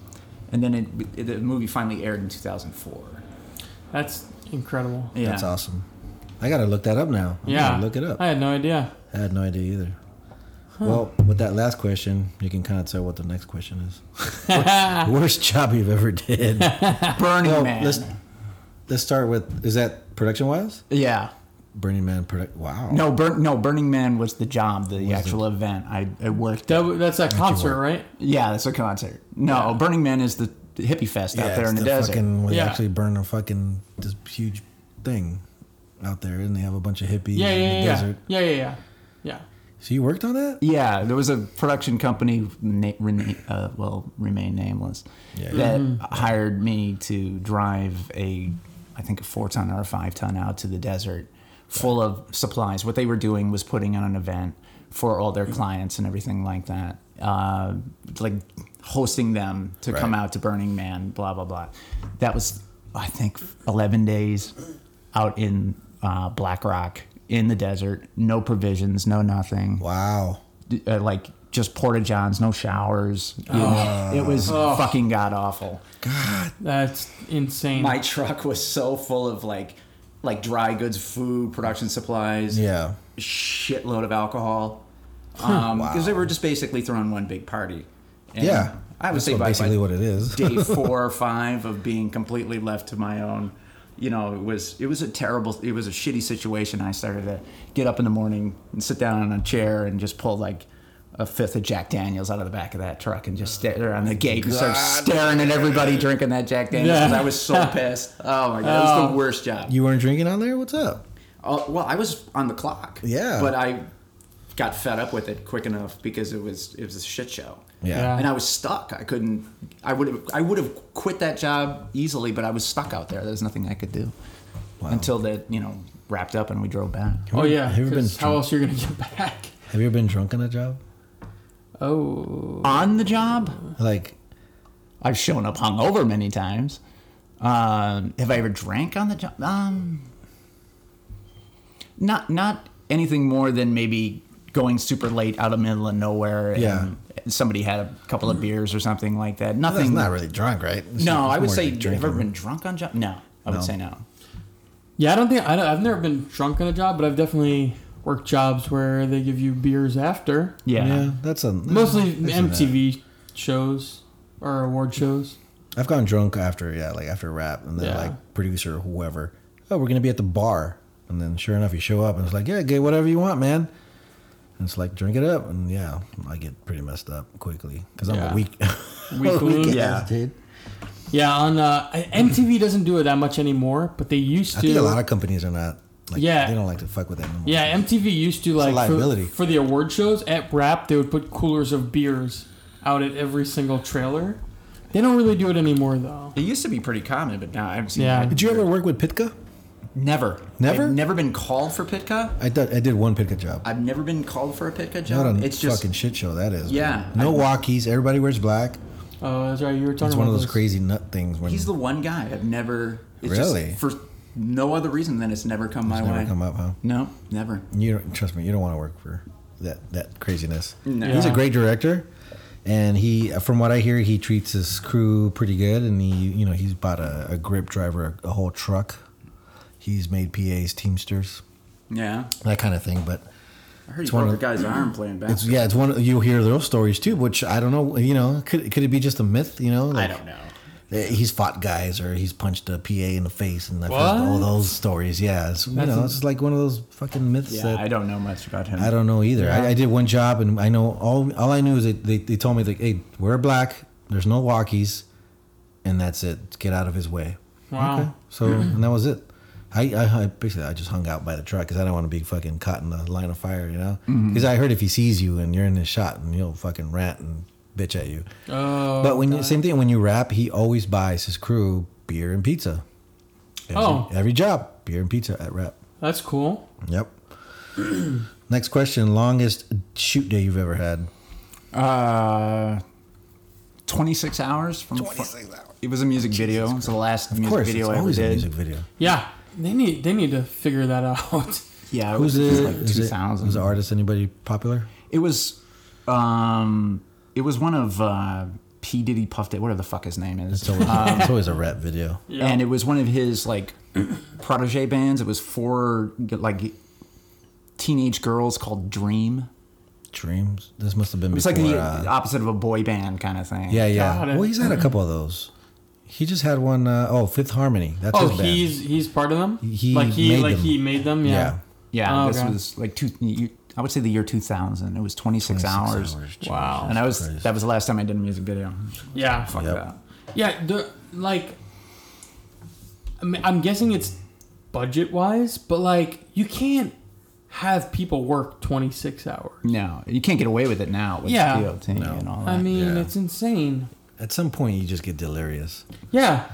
[SPEAKER 3] and then it, it- the movie finally aired in 2004.
[SPEAKER 1] That's incredible.
[SPEAKER 3] Yeah.
[SPEAKER 2] That's awesome. I gotta look that up now. I'm
[SPEAKER 1] Yeah.
[SPEAKER 2] gonna look it up.
[SPEAKER 1] I had no idea.
[SPEAKER 2] I had no idea either. Well, with that last question, you can kind of tell what the next question is. Worst job you've ever did?
[SPEAKER 3] Burning
[SPEAKER 2] Well,
[SPEAKER 3] Man.
[SPEAKER 2] let's let's start with is that production wise?
[SPEAKER 3] Yeah.
[SPEAKER 2] Burning Man product. Wow.
[SPEAKER 3] No, Bur- no, Burning Man was the job, the actual event. I, I worked
[SPEAKER 1] That, w- that's that concert,
[SPEAKER 2] work.
[SPEAKER 1] right?
[SPEAKER 3] Yeah, that's a concert. No, Burning Man is the hippie fest out there
[SPEAKER 2] it's
[SPEAKER 3] in the,
[SPEAKER 2] the
[SPEAKER 3] desert.
[SPEAKER 2] Fucking, where
[SPEAKER 1] Yeah.
[SPEAKER 2] they actually burn a fucking this huge thing out there, and they have a bunch of hippies
[SPEAKER 1] Yeah,
[SPEAKER 2] in the
[SPEAKER 1] yeah, yeah,
[SPEAKER 2] desert.
[SPEAKER 1] yeah, yeah, yeah, yeah. yeah.
[SPEAKER 2] So you worked on that?
[SPEAKER 3] yeah, there was a production company, na- rena- uh, well, remain nameless,
[SPEAKER 2] Yeah.
[SPEAKER 3] that hired me to drive a, I think a four ton or a five ton out to the desert, full of supplies. What they were doing was putting on an event for all their
[SPEAKER 2] Mm-hmm.
[SPEAKER 3] clients and everything like that, uh, like hosting them to come
[SPEAKER 2] Right.
[SPEAKER 3] out to Burning Man, blah blah blah. That was, I think, eleven days out in uh, Black Rock in the desert, no provisions, no nothing
[SPEAKER 2] Wow.
[SPEAKER 3] uh, like just porta johns, no showers. you
[SPEAKER 2] Uh,
[SPEAKER 3] know. it was fucking god awful.
[SPEAKER 1] Oh, That's insane.
[SPEAKER 3] My truck was so full of like like dry goods, food, production supplies,
[SPEAKER 2] Yeah.
[SPEAKER 3] shitload of alcohol. Um, because they were just basically throwing one big party. And
[SPEAKER 2] Yeah.
[SPEAKER 3] I would
[SPEAKER 2] That's
[SPEAKER 3] say
[SPEAKER 2] what-
[SPEAKER 3] by,
[SPEAKER 2] basically
[SPEAKER 3] by
[SPEAKER 2] what it is.
[SPEAKER 3] day four or five of being completely left to my own. You know, it was it was a terrible, it was a shitty situation. I started to get up in the morning and sit down on a chair and just pull like a fifth of Jack Daniels out of the back of that truck and just stare there on the gate and start staring at everybody drinking that Jack Daniels. 'cause I was so pissed. Oh my god, it was the worst job.
[SPEAKER 2] You weren't drinking on there? What's up?
[SPEAKER 3] Oh, well, I was on the clock.
[SPEAKER 2] Yeah.
[SPEAKER 3] but I got fed up with it quick enough because it was it was a shit show
[SPEAKER 1] Yeah.
[SPEAKER 3] and I was stuck. I couldn't. I would have. I would have quit that job easily, but I was stuck out there. There's nothing I could do until that you know wrapped up and we drove back.
[SPEAKER 1] oh yeah.
[SPEAKER 2] Have you ever been
[SPEAKER 1] 'cause how
[SPEAKER 2] drunk?
[SPEAKER 1] else you're gonna get back?
[SPEAKER 2] Have you ever been drunk on a job?
[SPEAKER 1] Oh.
[SPEAKER 3] On the job,
[SPEAKER 2] Like
[SPEAKER 3] I've shown up hungover many times. Um, have I ever drank on the job? Um, not not anything more than maybe going super late out of middle of nowhere. and
[SPEAKER 2] Yeah.
[SPEAKER 3] Somebody had a couple of beers or something like that.
[SPEAKER 2] That's
[SPEAKER 3] Nothing.
[SPEAKER 2] not really drunk, right? It's
[SPEAKER 3] no,
[SPEAKER 2] just
[SPEAKER 3] I would
[SPEAKER 2] more
[SPEAKER 3] say
[SPEAKER 2] just
[SPEAKER 3] you ever
[SPEAKER 2] drinking.
[SPEAKER 3] been drunk on job? No, I would
[SPEAKER 2] No.
[SPEAKER 3] say no.
[SPEAKER 1] Yeah, I don't think I don't, I've never been drunk on a job, but I've definitely worked jobs where they give you beers after.
[SPEAKER 3] Yeah.
[SPEAKER 2] Yeah, that's a
[SPEAKER 1] Mostly
[SPEAKER 2] that's a-
[SPEAKER 1] MTV shows or award shows.
[SPEAKER 2] I've gone drunk after, yeah, like after a rap, and then
[SPEAKER 1] Yeah.
[SPEAKER 2] like producer or whoever. Oh, we're gonna be at the bar, and then sure enough, you show up, and it's like, yeah, get whatever you want, man. And it's like, drink it up, and yeah, I get pretty messed up quickly because I'm
[SPEAKER 1] Yeah.
[SPEAKER 2] a weak,
[SPEAKER 1] Weakling.
[SPEAKER 2] weak ass
[SPEAKER 3] Yeah.
[SPEAKER 2] dude.
[SPEAKER 1] Yeah, on uh, MTV doesn't do it that much anymore, but they used
[SPEAKER 2] I
[SPEAKER 1] to.
[SPEAKER 2] think a lot of companies are not. Like,
[SPEAKER 1] Yeah.
[SPEAKER 2] they don't like to fuck with that. no more.
[SPEAKER 1] yeah, MTV used to like for,
[SPEAKER 2] liability.
[SPEAKER 1] for the award shows at rap they would put coolers of beers out at every single trailer. They don't really do it anymore though.
[SPEAKER 3] It used to be pretty common, but now I haven't seen
[SPEAKER 1] Yeah.
[SPEAKER 3] that.
[SPEAKER 2] Did you ever work with Pitka?
[SPEAKER 3] Never.
[SPEAKER 2] Never?
[SPEAKER 3] I've never been called for Pitka.
[SPEAKER 2] I did. I did one Pitka job.
[SPEAKER 3] I've never been called for a Pitka
[SPEAKER 2] what
[SPEAKER 3] job.
[SPEAKER 2] a
[SPEAKER 3] It's just
[SPEAKER 2] fucking shit show that is. man.
[SPEAKER 3] Yeah.
[SPEAKER 2] No walkies. Everybody wears black.
[SPEAKER 1] Oh, that's right. You were talking
[SPEAKER 2] It's
[SPEAKER 1] about
[SPEAKER 2] one of those
[SPEAKER 1] this.
[SPEAKER 2] crazy nut things. When
[SPEAKER 3] he's the one guy I've never it's
[SPEAKER 2] Really?
[SPEAKER 3] just for no other reason than it's never come my
[SPEAKER 2] never
[SPEAKER 3] way.
[SPEAKER 2] come up, huh?
[SPEAKER 3] No, never.
[SPEAKER 2] You don't, trust me, you don't want to work for that that craziness.
[SPEAKER 3] No.
[SPEAKER 2] He's a
[SPEAKER 1] Yeah.
[SPEAKER 2] great director, and he, from what I hear, he treats his crew pretty good. And he, you know, he's bought a, a grip driver, a, a whole truck. He's made PAs, Teamsters,
[SPEAKER 3] Yeah.
[SPEAKER 2] that kind of thing. But
[SPEAKER 3] I heard he
[SPEAKER 2] one
[SPEAKER 3] broke a
[SPEAKER 2] of-
[SPEAKER 3] guy's arm playing
[SPEAKER 2] it's
[SPEAKER 3] basketball.
[SPEAKER 2] yeah, it's one you hear those stories too, which I don't know. You know, could could it be just a myth? You know,
[SPEAKER 3] I
[SPEAKER 2] like,
[SPEAKER 3] don't know.
[SPEAKER 2] eh, He's fought guys, or he's punched a PA in the face, and I've heard all
[SPEAKER 1] What?
[SPEAKER 2] those stories. Yeah, it's, you know, it's like one of those fucking myths
[SPEAKER 3] Yeah,
[SPEAKER 2] that
[SPEAKER 3] I don't know much about him.
[SPEAKER 2] I don't know either. I, I did one job, and I know all. All I knew is that they, they told me like, "Hey, we're black. There's no walkies, and that's it. Get out of his way."
[SPEAKER 1] Wow.
[SPEAKER 2] So
[SPEAKER 1] Hmm.
[SPEAKER 2] and that was it. I, I, I basically I just hung out by the truck because I don't want to be fucking caught in the line of fire, you know.
[SPEAKER 1] Mm-hmm.
[SPEAKER 2] Because I heard if he sees you and you're in his shot, and he'll fucking rant and bitch at you.
[SPEAKER 1] Oh.
[SPEAKER 2] but when you, same thing when you rap, he always buys his crew beer and pizza. Every-
[SPEAKER 1] Oh.
[SPEAKER 2] every job, beer and pizza at rap.
[SPEAKER 1] That's cool.
[SPEAKER 2] Yep. Next question: Longest shoot day you've ever had?
[SPEAKER 3] Uh 26 hours from 26 hours. It was a music video. It was the last music
[SPEAKER 2] Of course,
[SPEAKER 3] video
[SPEAKER 2] it's
[SPEAKER 3] I ever
[SPEAKER 2] always a
[SPEAKER 3] did.
[SPEAKER 2] music video.
[SPEAKER 1] Yeah, they need they need to figure that out.
[SPEAKER 3] Yeah, it
[SPEAKER 2] Who's
[SPEAKER 3] was
[SPEAKER 2] the
[SPEAKER 3] Oh, like
[SPEAKER 2] is it-
[SPEAKER 3] 2000.
[SPEAKER 2] Who's the artist? Anybody popular?
[SPEAKER 3] It was, um, it was one of uh, P Diddy Puff Daddy, whatever the fuck his name is,
[SPEAKER 2] It's always, it's always a rap video.
[SPEAKER 3] and it was one of his like protege bands. It was four like teenage girls called Dream.
[SPEAKER 2] Dreams. This must have been
[SPEAKER 3] It was
[SPEAKER 2] before.
[SPEAKER 3] like the
[SPEAKER 2] uh,
[SPEAKER 3] opposite of a boy band kind of thing.
[SPEAKER 2] yeah,
[SPEAKER 1] Got
[SPEAKER 2] yeah.
[SPEAKER 1] it.
[SPEAKER 2] Well, he's had a couple of those. He just had one uh, oh Fifth Harmony. That's
[SPEAKER 1] Oh,
[SPEAKER 2] his band.
[SPEAKER 1] he's he's part of them.
[SPEAKER 2] He
[SPEAKER 1] like he
[SPEAKER 2] made
[SPEAKER 1] like
[SPEAKER 2] them.
[SPEAKER 1] he made them. Yeah.
[SPEAKER 2] yeah.
[SPEAKER 3] yeah.
[SPEAKER 1] Oh,
[SPEAKER 3] this
[SPEAKER 1] okay.
[SPEAKER 3] was like two. You, I would say the year 2000. It was 26,
[SPEAKER 2] 26
[SPEAKER 3] hours.
[SPEAKER 2] Jesus
[SPEAKER 1] Wow.
[SPEAKER 3] And I was
[SPEAKER 2] Christ.
[SPEAKER 3] that was the last time I did a music video.
[SPEAKER 1] Yeah.
[SPEAKER 3] Fuck
[SPEAKER 2] Yep.
[SPEAKER 3] that.
[SPEAKER 1] Yeah, the, like, I mean, I'm guessing it's budget wise, but like, you can't have people work 26 hours.
[SPEAKER 3] No, you can't get away with it now. With
[SPEAKER 1] Yeah.
[SPEAKER 3] DOT and all that.
[SPEAKER 1] I mean,
[SPEAKER 2] yeah.
[SPEAKER 1] it's insane.
[SPEAKER 2] At some point, you just get delirious.
[SPEAKER 1] Yeah,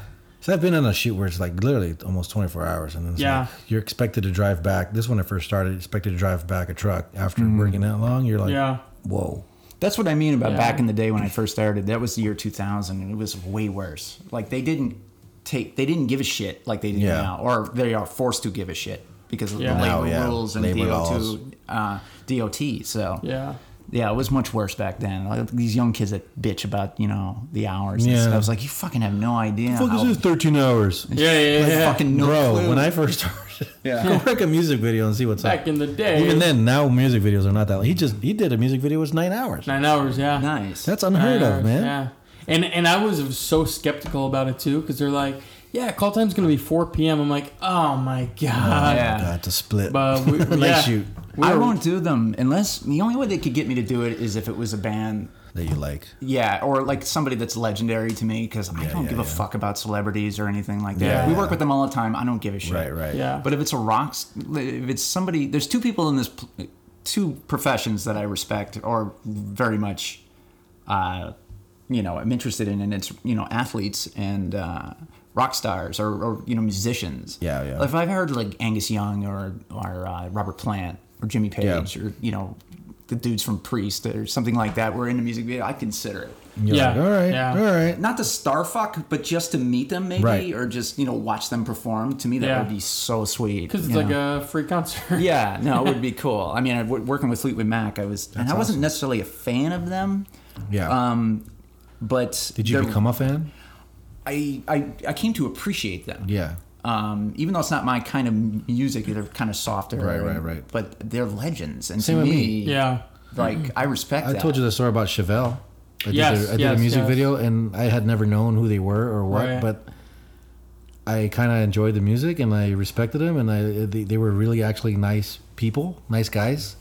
[SPEAKER 2] So I've been on a shoot where it's like literally almost 24 hours, and then it's
[SPEAKER 1] Yeah.
[SPEAKER 2] like you're expected to drive back. This is when I first started, expected to drive back a truck after working that long. You're like,
[SPEAKER 1] yeah.
[SPEAKER 2] whoa,
[SPEAKER 3] That's what I mean about
[SPEAKER 1] Yeah.
[SPEAKER 3] back in the day when I first started. That was the year 2000, and it was way worse. Like they didn't take, they didn't give a shit like they do
[SPEAKER 2] Yeah.
[SPEAKER 3] now, or they are forced to give a shit because of
[SPEAKER 1] Yeah.
[SPEAKER 3] the labor
[SPEAKER 2] Now, yeah.
[SPEAKER 3] rules and
[SPEAKER 2] Labor laws.
[SPEAKER 3] DO2, uh, DOT. So
[SPEAKER 1] Yeah.
[SPEAKER 3] Yeah, it was much worse back then. Like these young kids that bitch about you know the hours. And
[SPEAKER 2] Yeah.
[SPEAKER 3] stuff. I was like, you fucking have no idea.
[SPEAKER 2] fuck
[SPEAKER 3] how-
[SPEAKER 2] is this 13 hours?
[SPEAKER 1] Yeah, yeah, yeah.
[SPEAKER 3] like, fucking no
[SPEAKER 2] Bro,
[SPEAKER 3] clue.
[SPEAKER 2] when I first started,
[SPEAKER 3] Yeah.
[SPEAKER 2] go work a music video and see what's
[SPEAKER 1] Back
[SPEAKER 2] up.
[SPEAKER 1] in the day.
[SPEAKER 2] Even then, now music videos are not that. Long. He just he did a music video was nine hours.
[SPEAKER 1] Nine hours, yeah.
[SPEAKER 3] nice.
[SPEAKER 2] That's unheard
[SPEAKER 1] Nine
[SPEAKER 2] of,
[SPEAKER 1] hours,
[SPEAKER 2] man.
[SPEAKER 1] Uh, Yeah. And, and I was so skeptical about it too because they're like, yeah, call time's going to be 4 p.m. I'm like, oh my God.
[SPEAKER 3] yeah.
[SPEAKER 2] God, to split
[SPEAKER 1] But we,
[SPEAKER 2] late
[SPEAKER 1] yeah.
[SPEAKER 2] shoot
[SPEAKER 1] We
[SPEAKER 3] I
[SPEAKER 1] were-
[SPEAKER 3] won't do them unless the only way they could get me to do it is if it was a band
[SPEAKER 2] that you like.
[SPEAKER 3] Yeah, or like somebody that's legendary to me because I don't
[SPEAKER 2] yeah,
[SPEAKER 3] give a
[SPEAKER 2] yeah.
[SPEAKER 3] fuck about celebrities or anything like that.
[SPEAKER 1] Yeah,
[SPEAKER 3] we
[SPEAKER 1] yeah.
[SPEAKER 3] work with them all the time. I don't give a shit.
[SPEAKER 2] Right, right.
[SPEAKER 1] Yeah.
[SPEAKER 3] But if it's a rock, s- if it's somebody, there's two people in this, pl- two professions that I respect or very much, uh, you know, I'm interested in, and it's you know athletes and uh, rock stars or, or you know musicians.
[SPEAKER 2] Yeah, yeah.
[SPEAKER 3] If I've heard like Angus Young or or uh, Robert Plant or Jimmy Page or you know the dudes from Priest or something like that were in the music video, I'd consider it.
[SPEAKER 2] You're
[SPEAKER 1] Yeah.
[SPEAKER 2] like, all right.
[SPEAKER 1] Yeah.
[SPEAKER 2] All right.
[SPEAKER 3] Not to starfuck, but just to meet them maybe,
[SPEAKER 2] Right.
[SPEAKER 3] or just you know watch them perform. To me, that
[SPEAKER 1] Yeah.
[SPEAKER 3] would be so sweet.
[SPEAKER 1] because it's
[SPEAKER 3] you
[SPEAKER 1] like
[SPEAKER 3] know?
[SPEAKER 1] a free concert.
[SPEAKER 3] Yeah, no, it would be cool. I mean, I, w- working with Fleetwood Mac, I was, and I wasn't necessarily a fan of them,
[SPEAKER 2] Yeah.
[SPEAKER 3] um, but
[SPEAKER 2] Did you
[SPEAKER 3] they're-
[SPEAKER 2] become a fan?
[SPEAKER 3] I, I, I came to appreciate them.
[SPEAKER 2] Yeah.
[SPEAKER 3] Um, even though it's not my kind of music, they're kind of softer.
[SPEAKER 2] Right, right, right.
[SPEAKER 3] But they're legends, and
[SPEAKER 2] Same
[SPEAKER 3] to
[SPEAKER 2] with
[SPEAKER 3] me,
[SPEAKER 2] me.
[SPEAKER 1] yeah.
[SPEAKER 3] like I respect.
[SPEAKER 2] I
[SPEAKER 3] that.
[SPEAKER 2] told you the story about Chevelle. I did,
[SPEAKER 1] Yes,
[SPEAKER 2] their- I did
[SPEAKER 1] yes,
[SPEAKER 2] a music
[SPEAKER 1] yes.
[SPEAKER 2] video and I had never known who they were or what,
[SPEAKER 1] Right.
[SPEAKER 2] but I kind of enjoyed the music and I respected them and I they, they were really actually nice people, nice guys,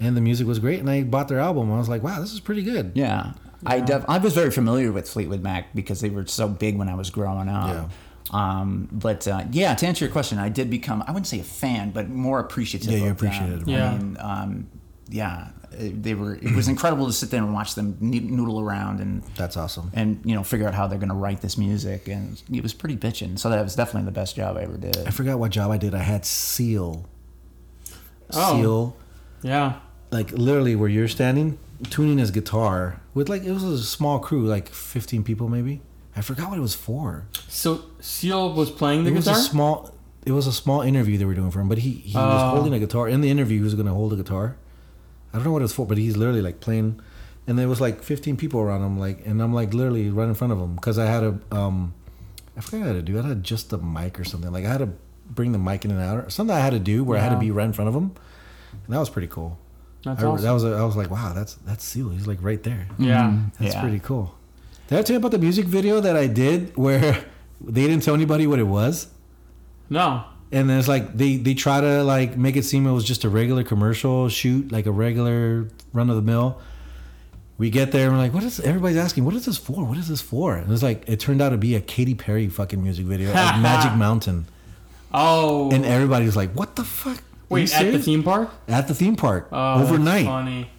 [SPEAKER 2] and the music was great. And I bought their album. I was like, wow, this is pretty good.
[SPEAKER 3] Yeah. I def- I was very familiar with Fleetwood Mac because they were so big when I was growing up. Um, but uh, yeah, to answer your question, I did become I wouldn't say a fan, but more appreciative.
[SPEAKER 2] Yeah, you
[SPEAKER 3] of
[SPEAKER 2] appreciated
[SPEAKER 3] them.
[SPEAKER 2] them.
[SPEAKER 1] Yeah.
[SPEAKER 3] I mean, um, yeah, it- they were. It was incredible to sit there and watch them noo- noodle around and
[SPEAKER 2] That's awesome.
[SPEAKER 3] and you know figure out how they're going to write this music, and it was pretty bitching. So that was definitely the best job I ever
[SPEAKER 2] I
[SPEAKER 3] did.
[SPEAKER 2] forgot what job I did. I had Seal.
[SPEAKER 1] Oh.
[SPEAKER 2] Seal.
[SPEAKER 1] Yeah.
[SPEAKER 2] like literally where you're standing, tuning his guitar with like it was a small crew, like 15 people maybe. I forgot what it was for.
[SPEAKER 1] So Seal was playing the
[SPEAKER 2] it
[SPEAKER 1] guitar.
[SPEAKER 2] was a small. It was a small interview they were doing for him, but he he was
[SPEAKER 1] Oh.
[SPEAKER 2] holding a guitar. In the interview, he was going to hold a guitar. I don't know what it was for, but he's literally like playing, and there was like 15 people around him, like, and I'm like literally right in front of him because I had a um, I forgot how to do. it. I had just the mic or something. Like I had to bring the mic in and out or something. I had to do where I had to
[SPEAKER 1] Wow.
[SPEAKER 2] be right in front of him, and that was pretty cool.
[SPEAKER 1] That's
[SPEAKER 2] I,
[SPEAKER 1] awesome.
[SPEAKER 2] That was a, I was like, wow, that's that's Seal. He's like right there.
[SPEAKER 1] yeah.
[SPEAKER 2] That's
[SPEAKER 3] Yeah.
[SPEAKER 2] pretty cool. Did I tell you about the music video that I did where they didn't tell anybody what it was?
[SPEAKER 1] No.
[SPEAKER 2] And then it's like they they try to like make it seem it was just a regular commercial shoot, like a regular run of the mill. We get there and we're like, what is everybody's asking, what is this for? What is this for? And it's like it turned out to be a Katy Perry fucking music video at Magic Mountain.
[SPEAKER 1] Oh.
[SPEAKER 2] And everybody's like, what the fuck? Are you
[SPEAKER 1] Wait, at the
[SPEAKER 2] serious?"
[SPEAKER 1] theme park?
[SPEAKER 2] At the theme park
[SPEAKER 1] Oh, that's
[SPEAKER 2] overnight.
[SPEAKER 1] funny.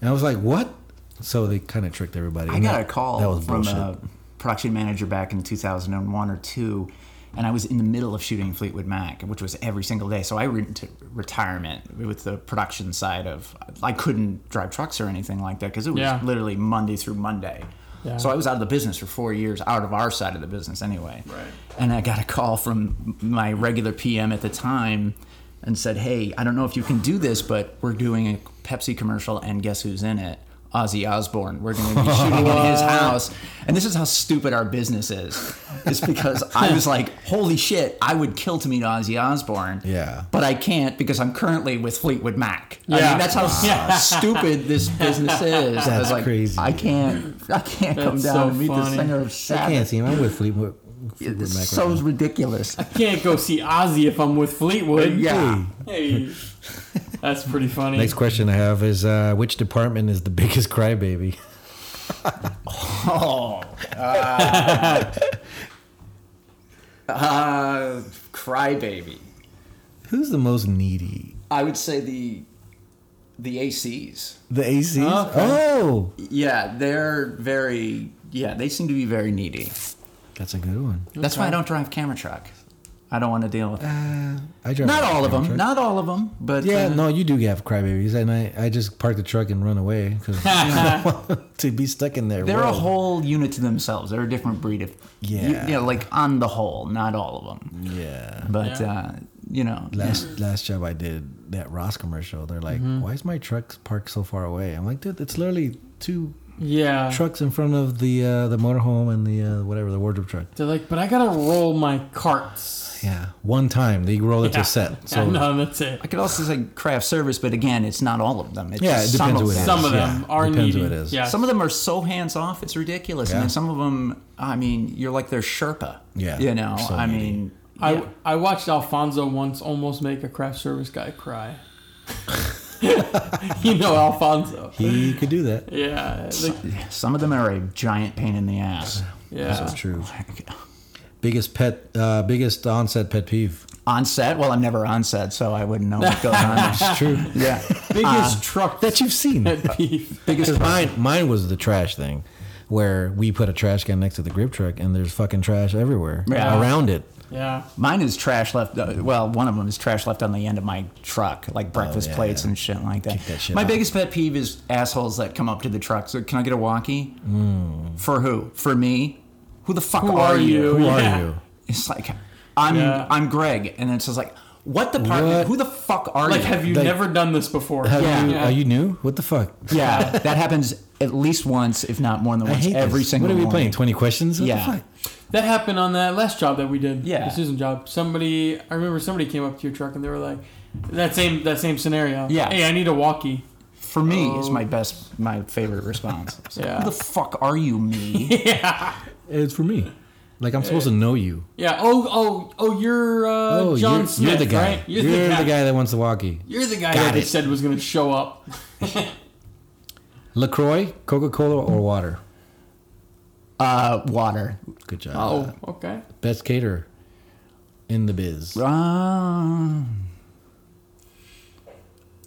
[SPEAKER 2] And I was like, what? So they kind of tricked everybody.
[SPEAKER 3] I
[SPEAKER 2] And
[SPEAKER 3] got a
[SPEAKER 2] that-
[SPEAKER 3] call
[SPEAKER 2] That was
[SPEAKER 3] from uh,
[SPEAKER 2] bullshit.
[SPEAKER 3] a production manager back in 2001 or two, and I was in the middle of shooting Fleetwood Mac, which was every single day. So I went to retirement with the production side of I couldn't drive trucks or anything like that because it was
[SPEAKER 1] Yeah.
[SPEAKER 3] literally Monday through Monday.
[SPEAKER 1] Yeah.
[SPEAKER 3] So I was out of the business for four years, out of our side of the business anyway.
[SPEAKER 1] Right.
[SPEAKER 3] And I got a call from my regular PM at the time and said, Hey, I don't know if you can do this, but we're doing a Pepsi commercial, and guess who's in it? Ozzy Osbourne. We're going to be shooting in his house. And this is how stupid our business is. It's because I was like, Holy shit, I would kill to meet Ozzy Osbourne.
[SPEAKER 2] Yeah.
[SPEAKER 3] But I can't because I'm currently with Fleetwood Mac. I
[SPEAKER 1] Yeah.
[SPEAKER 3] mean, that's how
[SPEAKER 1] Yeah.
[SPEAKER 3] stupid this business is. I was
[SPEAKER 2] That's
[SPEAKER 3] like,
[SPEAKER 2] crazy.
[SPEAKER 3] I can't, I can't come down
[SPEAKER 1] That's so
[SPEAKER 3] and meet
[SPEAKER 1] funny.
[SPEAKER 3] the singer of
[SPEAKER 2] I can't
[SPEAKER 3] Sabbath.
[SPEAKER 2] see him. I'm with Fleetwood. Fleetwood
[SPEAKER 3] It's
[SPEAKER 2] Mac right
[SPEAKER 3] so
[SPEAKER 2] now.
[SPEAKER 3] ridiculous.
[SPEAKER 1] Can't go see Ozzy if I'm with Fleetwood.
[SPEAKER 3] Yeah.
[SPEAKER 1] Hey. That's pretty funny.
[SPEAKER 2] Next question I have is uh, which department is the biggest crybaby?
[SPEAKER 3] Oh. Uh, uh, crybaby.
[SPEAKER 2] Who's the most needy?
[SPEAKER 3] I would say the the ACs.
[SPEAKER 2] The ACs?
[SPEAKER 1] Okay.
[SPEAKER 2] Oh,
[SPEAKER 3] Yeah, they're very. Yeah, they seem to be very needy.
[SPEAKER 2] that's a good one.
[SPEAKER 3] That's why I don't drive camera truck. I don't want to deal with.
[SPEAKER 2] I drive
[SPEAKER 3] not
[SPEAKER 2] a
[SPEAKER 3] all of them.
[SPEAKER 2] camera truck.
[SPEAKER 3] Not all of them. But
[SPEAKER 2] Yeah,
[SPEAKER 3] uh,
[SPEAKER 2] no, you do have crybabies, and I, I just park the truck and run away because to be stuck in there.
[SPEAKER 3] They're a whole unit to themselves. They're a different breed of
[SPEAKER 2] Yeah.
[SPEAKER 3] you, know, like on the whole, not all of them.
[SPEAKER 2] Yeah.
[SPEAKER 3] But
[SPEAKER 1] Yeah.
[SPEAKER 3] uh, you know,
[SPEAKER 2] Last last job I did that Ross commercial. They're like,
[SPEAKER 3] Mm-hmm.
[SPEAKER 2] "Why is my truck parked so far away?" I'm like, "Dude, it's literally two
[SPEAKER 1] Yeah.
[SPEAKER 3] Uh.
[SPEAKER 2] trucks in front of the uh, the motorhome and the uh, whatever the wardrobe truck."
[SPEAKER 1] They're like, but I gotta roll my carts.
[SPEAKER 2] Yeah, one time they roll it
[SPEAKER 1] Yeah.
[SPEAKER 2] to set.
[SPEAKER 1] yeah,
[SPEAKER 2] So
[SPEAKER 1] no, that's it.
[SPEAKER 3] I could also say craft service, but again, it's not all of them. It's
[SPEAKER 2] Yeah, it
[SPEAKER 3] just
[SPEAKER 2] depends
[SPEAKER 3] some
[SPEAKER 2] who
[SPEAKER 3] of
[SPEAKER 2] it
[SPEAKER 3] them.
[SPEAKER 2] is.
[SPEAKER 1] Some of
[SPEAKER 2] Yeah,
[SPEAKER 1] them are
[SPEAKER 2] depends
[SPEAKER 1] needy.
[SPEAKER 2] who it is.
[SPEAKER 1] Yeah.
[SPEAKER 3] Some of them are so hands off, it's ridiculous.
[SPEAKER 2] Yeah.
[SPEAKER 3] And then some of them, I mean, you're like their Sherpa.
[SPEAKER 2] Yeah,
[SPEAKER 3] You know,
[SPEAKER 2] so
[SPEAKER 3] I
[SPEAKER 2] needy.
[SPEAKER 3] mean,
[SPEAKER 1] I,
[SPEAKER 3] yeah.
[SPEAKER 1] I watched Alfonso once almost make a craft service guy cry. you know Alfonso.
[SPEAKER 2] he could do that.
[SPEAKER 1] Yeah. like-
[SPEAKER 3] some of them are a giant pain in the ass.
[SPEAKER 1] yeah.
[SPEAKER 2] That's true. Biggest pet, uh, biggest onset pet peeve.
[SPEAKER 3] on set? Well, I'm never on set, so I wouldn't know what goes on.
[SPEAKER 2] It's true
[SPEAKER 3] yeah.
[SPEAKER 1] Biggest truck
[SPEAKER 2] that you've seen.
[SPEAKER 1] pet peeve.
[SPEAKER 2] Because mine, mine was the trash thing, where we put a trash can next to the grip truck and there's fucking trash everywhere
[SPEAKER 3] Yeah.
[SPEAKER 2] around it.
[SPEAKER 1] Yeah.
[SPEAKER 3] Mine is trash left. Uh, well, one of them is trash left on the end of my truck, like breakfast
[SPEAKER 2] Oh, yeah,
[SPEAKER 3] plates
[SPEAKER 2] yeah.
[SPEAKER 3] and shit like that.
[SPEAKER 2] Kick that shit
[SPEAKER 3] my
[SPEAKER 2] out.
[SPEAKER 3] biggest pet peeve is assholes that come up to the truck. So, can I get a walkie? For who? For me? Who the fuck
[SPEAKER 1] Who
[SPEAKER 3] are,
[SPEAKER 1] are
[SPEAKER 3] you?
[SPEAKER 1] you?
[SPEAKER 2] Hmm. Who
[SPEAKER 1] Yeah.
[SPEAKER 2] are you?
[SPEAKER 3] It's like I'm
[SPEAKER 1] Yeah.
[SPEAKER 3] I'm Greg, and it's just like what department?
[SPEAKER 2] What?
[SPEAKER 3] Who the fuck are
[SPEAKER 1] Like,
[SPEAKER 3] you?
[SPEAKER 1] have you
[SPEAKER 2] Like-
[SPEAKER 1] never done this before?
[SPEAKER 2] Have
[SPEAKER 3] Yeah.
[SPEAKER 2] you-
[SPEAKER 1] Yeah.
[SPEAKER 2] Are you new? What the fuck?
[SPEAKER 3] yeah, that happens at least once, if not more than
[SPEAKER 2] I
[SPEAKER 3] once,
[SPEAKER 2] hate
[SPEAKER 3] every
[SPEAKER 2] this.
[SPEAKER 3] single.
[SPEAKER 2] What are we
[SPEAKER 3] morning.
[SPEAKER 2] playing? Twenty questions? What
[SPEAKER 3] Yeah.
[SPEAKER 2] The fuck?
[SPEAKER 1] That happened on that last job that we did.
[SPEAKER 3] Yeah.
[SPEAKER 1] The Susan job. Somebody, I remember somebody came up to your truck and they were like, that same that same scenario.
[SPEAKER 3] Yeah.
[SPEAKER 1] Hey, I need a walkie.
[SPEAKER 3] For me, is
[SPEAKER 2] Oh.
[SPEAKER 3] my best, my favorite response. It's like,
[SPEAKER 1] Yeah.
[SPEAKER 3] Who the fuck are you, me?
[SPEAKER 2] It's for me. Like I'm supposed to know you.
[SPEAKER 1] Yeah. Oh, oh, oh, you're uh,
[SPEAKER 2] Oh,
[SPEAKER 1] John
[SPEAKER 2] you're,
[SPEAKER 1] Smith,
[SPEAKER 2] you're the guy.
[SPEAKER 1] right?
[SPEAKER 2] You're, the, guy. that wants the walkie.
[SPEAKER 1] You're the guy
[SPEAKER 2] Got
[SPEAKER 1] that they
[SPEAKER 2] it.
[SPEAKER 1] said was going to show up.
[SPEAKER 2] Lacroix, Coca Cola, or water.
[SPEAKER 3] uh, water.
[SPEAKER 2] Good job.
[SPEAKER 1] Oh, okay.
[SPEAKER 2] Best caterer in the biz.
[SPEAKER 3] Uh,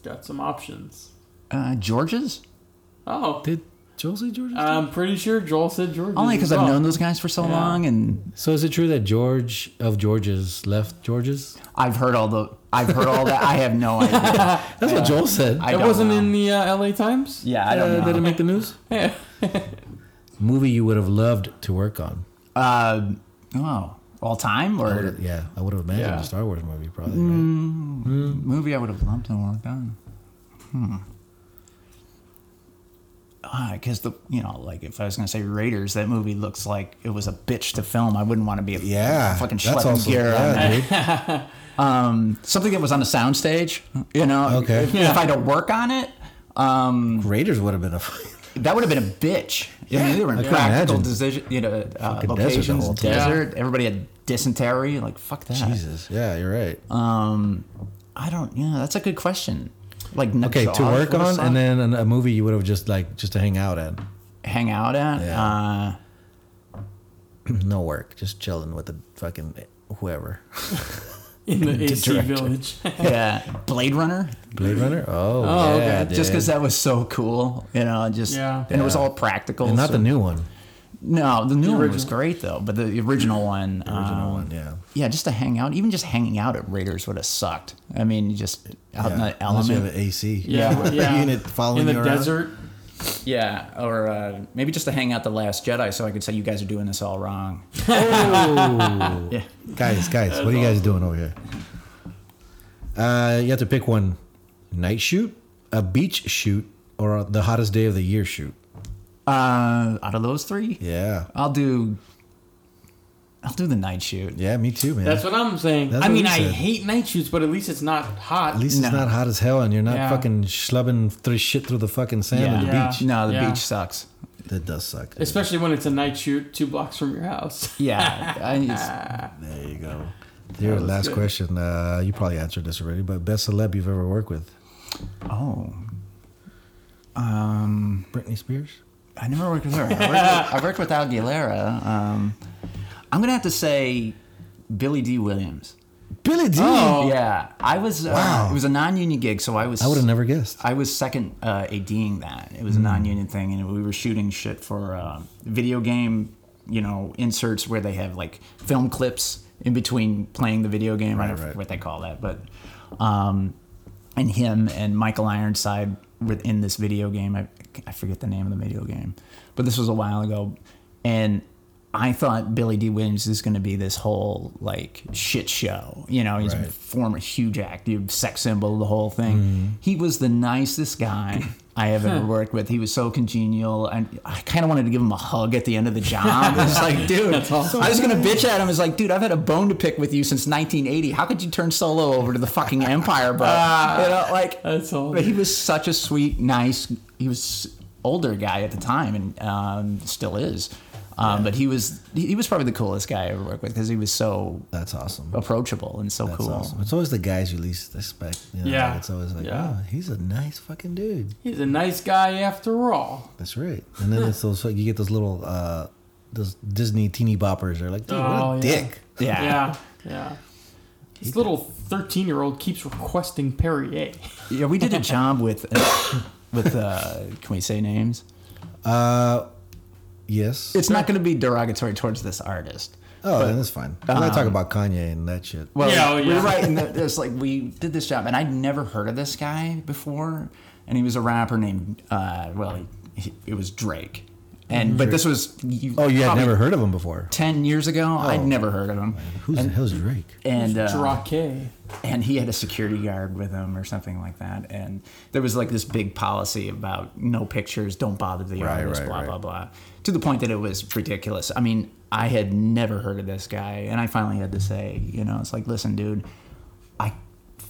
[SPEAKER 1] Got some options.
[SPEAKER 3] uh, George's?
[SPEAKER 1] Oh,
[SPEAKER 2] Did Joel say George?
[SPEAKER 1] I'm pretty sure Joel said George.
[SPEAKER 3] Only because
[SPEAKER 1] as well.
[SPEAKER 3] I've known those guys for so
[SPEAKER 1] Oh. Yeah.
[SPEAKER 3] long, and
[SPEAKER 2] so is it true that George of George's left George's?
[SPEAKER 3] I've heard all the, I've heard all that. I have no idea.
[SPEAKER 2] That's what Joel said.
[SPEAKER 3] I
[SPEAKER 1] That
[SPEAKER 3] don't
[SPEAKER 1] wasn't
[SPEAKER 3] know.
[SPEAKER 1] in the uh, LA Times?
[SPEAKER 3] Yeah, I don't
[SPEAKER 2] Uh, Did it
[SPEAKER 3] know.
[SPEAKER 2] make the news?
[SPEAKER 1] Yeah.
[SPEAKER 2] Movie you would have loved to work on.
[SPEAKER 3] Uh, oh, all time or
[SPEAKER 2] Would've- yeah, I would have imagined
[SPEAKER 1] Yeah.
[SPEAKER 2] a Star Wars movie probably. Right?
[SPEAKER 3] movie I would have loved to work on. Hmm. Because the you know like if I was gonna say Raiders, that movie looks like it was a bitch to film. I wouldn't want to be a fucking schlepping gear. on that.
[SPEAKER 2] yeah, dude.
[SPEAKER 3] Um, something that was on a soundstage. You know,
[SPEAKER 2] Okay.
[SPEAKER 3] If, if I had to work on it, um,
[SPEAKER 2] Raiders would have been a. fucking-
[SPEAKER 3] that would have been a bitch. I
[SPEAKER 2] Yeah,
[SPEAKER 3] mean, they were in
[SPEAKER 2] I can
[SPEAKER 3] practical
[SPEAKER 2] imagine.
[SPEAKER 3] decision, you know, uh,
[SPEAKER 2] Fucking desert the
[SPEAKER 3] locations,
[SPEAKER 2] whole
[SPEAKER 3] desert.
[SPEAKER 2] time.
[SPEAKER 3] Everybody had dysentery. Like fuck that.
[SPEAKER 2] Jesus. Yeah, you're right.
[SPEAKER 3] Um, I don't. Yeah, that's a good question. Like n-
[SPEAKER 2] okay,
[SPEAKER 3] jobs
[SPEAKER 2] to work
[SPEAKER 3] would've
[SPEAKER 2] on
[SPEAKER 3] sucked.
[SPEAKER 2] and then an- a movie you would have just like just to hang out at.
[SPEAKER 3] hang out at.
[SPEAKER 2] Yeah.
[SPEAKER 3] Uh,
[SPEAKER 2] No work, just chilling with the fucking whoever.
[SPEAKER 1] In the
[SPEAKER 2] The
[SPEAKER 1] AC
[SPEAKER 2] director.
[SPEAKER 1] Village.
[SPEAKER 3] yeah, Blade Runner.
[SPEAKER 2] Blade Runner. Oh,
[SPEAKER 1] Oh, okay.
[SPEAKER 2] yeah,
[SPEAKER 3] Just because
[SPEAKER 2] dude.
[SPEAKER 3] that was so cool, you know. Just
[SPEAKER 1] Yeah.
[SPEAKER 3] and it was
[SPEAKER 2] Yeah.
[SPEAKER 3] all practical.
[SPEAKER 2] and not
[SPEAKER 3] so-
[SPEAKER 2] the new one.
[SPEAKER 3] No, the new one was
[SPEAKER 1] original.
[SPEAKER 3] great though, but the original one.
[SPEAKER 2] The original
[SPEAKER 3] um,
[SPEAKER 2] one. Yeah.
[SPEAKER 3] Yeah, just to hang out. Even just hanging out at Raiders would have sucked. I mean, just out in
[SPEAKER 2] yeah.
[SPEAKER 3] the
[SPEAKER 2] Unless you have
[SPEAKER 3] element.
[SPEAKER 2] an AC.
[SPEAKER 1] Yeah, yeah.
[SPEAKER 2] Unit following uh,
[SPEAKER 1] In the
[SPEAKER 2] you around.
[SPEAKER 1] desert.
[SPEAKER 3] Yeah, or uh, maybe just to hang out the Last Jedi, so I could say you guys are doing this all wrong.
[SPEAKER 2] Oh.
[SPEAKER 3] Yeah.
[SPEAKER 2] Guys, guys, what are you guys doing over here? Uh, you have to pick one: night shoot, a beach shoot, or the hottest day of the year shoot.
[SPEAKER 3] Uh, out of those three,
[SPEAKER 2] Yeah.
[SPEAKER 3] I'll do. I'll do the night shoot.
[SPEAKER 2] Yeah, me too, man.
[SPEAKER 1] That's what I'm saying.
[SPEAKER 2] That's
[SPEAKER 1] I
[SPEAKER 2] what
[SPEAKER 1] mean,
[SPEAKER 2] he
[SPEAKER 1] I
[SPEAKER 2] said.
[SPEAKER 1] hate night shoots, but at least it's not hot.
[SPEAKER 2] At least it's
[SPEAKER 3] No.
[SPEAKER 2] not hot as hell, and you're not
[SPEAKER 1] Yeah.
[SPEAKER 2] fucking schlubbing through shit through the fucking sand on the
[SPEAKER 1] Yeah.
[SPEAKER 2] beach.
[SPEAKER 3] No, the
[SPEAKER 1] Yeah.
[SPEAKER 3] beach sucks.
[SPEAKER 2] That does suck. dude.
[SPEAKER 1] Especially when it's a night shoot two blocks from your house.
[SPEAKER 3] Yeah, I, it's,
[SPEAKER 2] There you go. Your
[SPEAKER 1] was
[SPEAKER 2] last
[SPEAKER 1] good.
[SPEAKER 2] question. Uh, you probably answered this already, but best celeb you've ever worked with?
[SPEAKER 3] oh. Um,
[SPEAKER 2] Britney Spears.
[SPEAKER 3] I never worked with her. I worked with, I worked with Aguilera. Um, I'm gonna have to say Billy D. Williams.
[SPEAKER 2] Billy D.
[SPEAKER 1] Oh.
[SPEAKER 3] Yeah, I was. uh,
[SPEAKER 2] Wow.
[SPEAKER 3] it was a non-union gig, so I was.
[SPEAKER 2] I would have never guessed.
[SPEAKER 3] I was second uh, ADing that. It was a non-union thing, and we were shooting shit for uh, video game, you know, inserts where they have like film clips in between playing the video game. I
[SPEAKER 2] Right,
[SPEAKER 3] don't know
[SPEAKER 2] right.
[SPEAKER 3] what they call that, but um, and him and Michael Ironside within this video game. I I forget the name of the video game, but this was a while ago, and. I thought Billy D. Williams is going to be this whole like shit show. You know, he's
[SPEAKER 2] Right. Mm-hmm.
[SPEAKER 3] former huge active sex symbol, the whole thing. He was the nicest guy I have ever worked with. He was so congenial, and I kind of wanted to give him a hug at the end of the job. It's like, dude, I was gonna bitch at him. It's like, dude, I've had a bone to pick with you since 1980. How could you turn solo over to the fucking Empire, bro? you know, like
[SPEAKER 1] That's all.
[SPEAKER 3] but he was such a sweet, nice. He was older guy at the time, and um, still is. Um, But he was he he was probably the coolest guy I ever worked with because he was so
[SPEAKER 2] That's awesome.
[SPEAKER 3] approachable and so
[SPEAKER 2] That's
[SPEAKER 3] cool.
[SPEAKER 2] awesome. It's always the guys you least expect. You know,
[SPEAKER 1] Yeah.
[SPEAKER 2] like, it's always like,
[SPEAKER 1] Yeah.
[SPEAKER 2] oh, he's a nice fucking dude.
[SPEAKER 1] He's a nice guy after all.
[SPEAKER 2] That's right. And then it's those you get those little uh, those Disney teeny boppers. They're like, dude,
[SPEAKER 1] Oh,
[SPEAKER 2] what a
[SPEAKER 1] yeah.
[SPEAKER 2] dick.
[SPEAKER 3] Yeah.
[SPEAKER 1] Yeah, yeah. This little 13 year old keeps requesting Perrier.
[SPEAKER 3] Yeah, we did a job with with uh, can we say names?
[SPEAKER 2] Uh, Yes.
[SPEAKER 3] It's not going to be derogatory towards this artist.
[SPEAKER 2] oh, then that's fine. When I talk about Kanye and that shit.
[SPEAKER 3] um, Well,
[SPEAKER 1] Yeah, oh, yeah.
[SPEAKER 3] we're right. And it's like we did this job, and I'd never heard of this guy before. And he was a rapper named, uh, well, he, he- it was Drake. And but this was you,
[SPEAKER 2] oh, you had
[SPEAKER 3] probably
[SPEAKER 2] never heard of him before.
[SPEAKER 3] ten years ago. I'd never heard of him.
[SPEAKER 2] Who's the hell's Drake?
[SPEAKER 3] And uh,
[SPEAKER 1] Drake.
[SPEAKER 3] and he had a security guard with him or something like that. And there was like this big policy about no pictures, don't bother the
[SPEAKER 2] Right,
[SPEAKER 3] artist,
[SPEAKER 2] right,
[SPEAKER 3] blah
[SPEAKER 2] right.
[SPEAKER 3] blah blah. To the point that it was ridiculous. I mean, I had never heard of this guy, and I finally had to say, you know, it's like, listen, dude, I,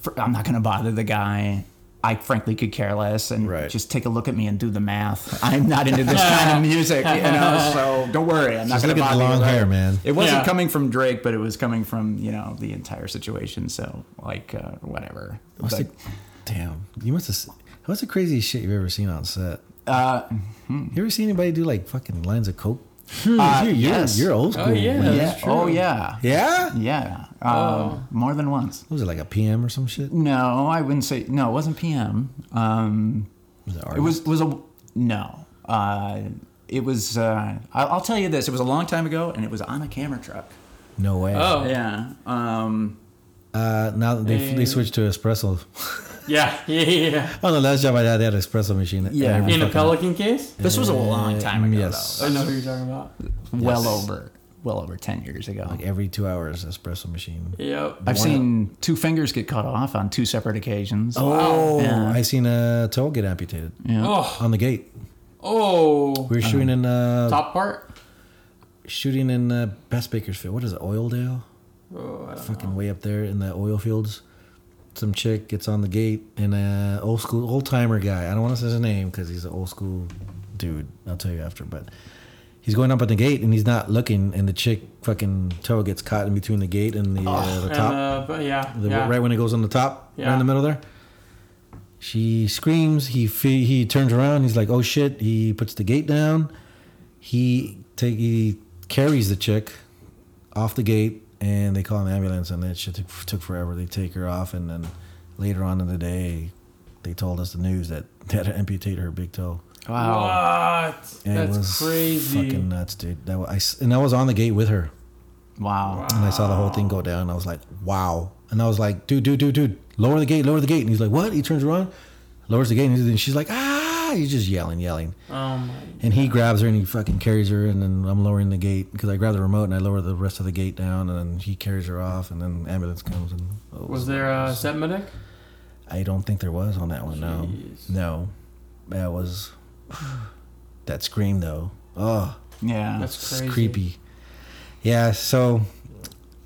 [SPEAKER 3] fr- I'm not gonna bother the guy. I frankly could care less, and
[SPEAKER 2] Right.
[SPEAKER 3] just take a look at me and do the math. I'm not into this kind of music, you know. So don't worry, I'm not
[SPEAKER 2] Just
[SPEAKER 3] gonna
[SPEAKER 2] look at the
[SPEAKER 3] bother you,
[SPEAKER 2] long
[SPEAKER 3] right?
[SPEAKER 2] hair, man.
[SPEAKER 3] It wasn't
[SPEAKER 1] Yeah.
[SPEAKER 3] coming from Drake, but it was coming from you know the entire situation. So like uh, whatever.
[SPEAKER 2] What's
[SPEAKER 3] Like,
[SPEAKER 2] the, damn, you must have. se- What's the craziest shit you've ever seen on set?
[SPEAKER 3] uh,
[SPEAKER 2] You ever seen anybody do like fucking lines of coke?
[SPEAKER 3] Uh,
[SPEAKER 2] you're,
[SPEAKER 3] yes.
[SPEAKER 2] you're, you're old
[SPEAKER 1] Oh,
[SPEAKER 2] school.
[SPEAKER 1] yeah.
[SPEAKER 2] man.
[SPEAKER 3] yeah.
[SPEAKER 1] that's true.
[SPEAKER 3] Oh yeah.
[SPEAKER 2] Yeah?
[SPEAKER 3] Yeah. Uh, More than once.
[SPEAKER 2] Was it like a PM or some shit?
[SPEAKER 3] No, I wouldn't say. No, it wasn't PM. Um,
[SPEAKER 2] Was it,
[SPEAKER 3] it was was a no. Uh, it was. Uh, I- I'll tell you this. It was a long time ago, and it was on a camera truck.
[SPEAKER 2] No way.
[SPEAKER 1] Oh.
[SPEAKER 3] Yeah. Um,
[SPEAKER 2] Uh, now that they, they
[SPEAKER 1] Eh.
[SPEAKER 2] switched to espresso.
[SPEAKER 1] Yeah, yeah, yeah. yeah.
[SPEAKER 2] Oh, the last job I had, they had an espresso machine. at
[SPEAKER 3] Yeah.
[SPEAKER 2] every
[SPEAKER 1] In a
[SPEAKER 2] fucking-
[SPEAKER 1] pelican case?
[SPEAKER 3] this was a long time ago.
[SPEAKER 2] Uh, yes.
[SPEAKER 3] Though.
[SPEAKER 1] I know who you're talking about.
[SPEAKER 3] Well
[SPEAKER 2] Yes.
[SPEAKER 3] over. Well over ten years ago.
[SPEAKER 2] Like every two hours, espresso machine.
[SPEAKER 1] Yep.
[SPEAKER 3] I've seen two fingers get cut off on two separate occasions.
[SPEAKER 2] Oh,
[SPEAKER 3] Yeah.
[SPEAKER 2] I seen a toe get amputated
[SPEAKER 1] Oh,
[SPEAKER 2] on the gate.
[SPEAKER 1] oh.
[SPEAKER 2] We were shooting in uh,
[SPEAKER 1] Top part?
[SPEAKER 2] shooting in uh, Best Bakersfield. What is it, Oildale?
[SPEAKER 1] Oh, I don't know.
[SPEAKER 2] fucking way up there in the oil fields. Some chick gets on the gate, and uh, old school, old timer guy. I don't want to say his name because he's an old school dude. I'll tell you after, but he's going up at the gate and he's not looking, and the chick fucking toe gets caught in between the gate and the, uh, the
[SPEAKER 1] And,
[SPEAKER 2] top,
[SPEAKER 1] uh, but yeah,
[SPEAKER 2] the,
[SPEAKER 1] yeah.
[SPEAKER 2] right when it goes on the top, right
[SPEAKER 1] Yeah.
[SPEAKER 2] in the middle there. She screams. He fe- he turns around. He's like, "Oh shit!" He puts the gate down. He take he carries the chick off the gate, and they call an ambulance, and that shit took, took forever. They take her off, and then later on in the day, they told us the news that they had to amputate her big toe.
[SPEAKER 3] Wow.
[SPEAKER 1] What?
[SPEAKER 2] And it
[SPEAKER 1] That's
[SPEAKER 2] was
[SPEAKER 1] crazy.
[SPEAKER 2] Fucking nuts, dude. That was, I s and I was on the gate with her,
[SPEAKER 3] Wow.
[SPEAKER 2] and I saw the whole thing go down. And I was like, wow. And I was like, dude, dude, dude, dude, lower the gate, lower the gate. And he's like, what? He turns around, lowers the gate, and he's- and she's like, ah. He's just yelling, yelling.
[SPEAKER 1] Oh my.
[SPEAKER 2] And he grabs her and he fucking carries her, and then I'm lowering the gate because I grab the remote and I lower the rest of the gate down, and then he carries her off, and then ambulance comes and. oh,
[SPEAKER 1] Was there uh, a set medic?
[SPEAKER 2] I don't think there was on that one. Oh, No,
[SPEAKER 1] Jeez.
[SPEAKER 2] no, that was that scream though. Oh,
[SPEAKER 3] Yeah.
[SPEAKER 1] That's
[SPEAKER 2] it's
[SPEAKER 1] crazy.
[SPEAKER 2] creepy. Yeah. So,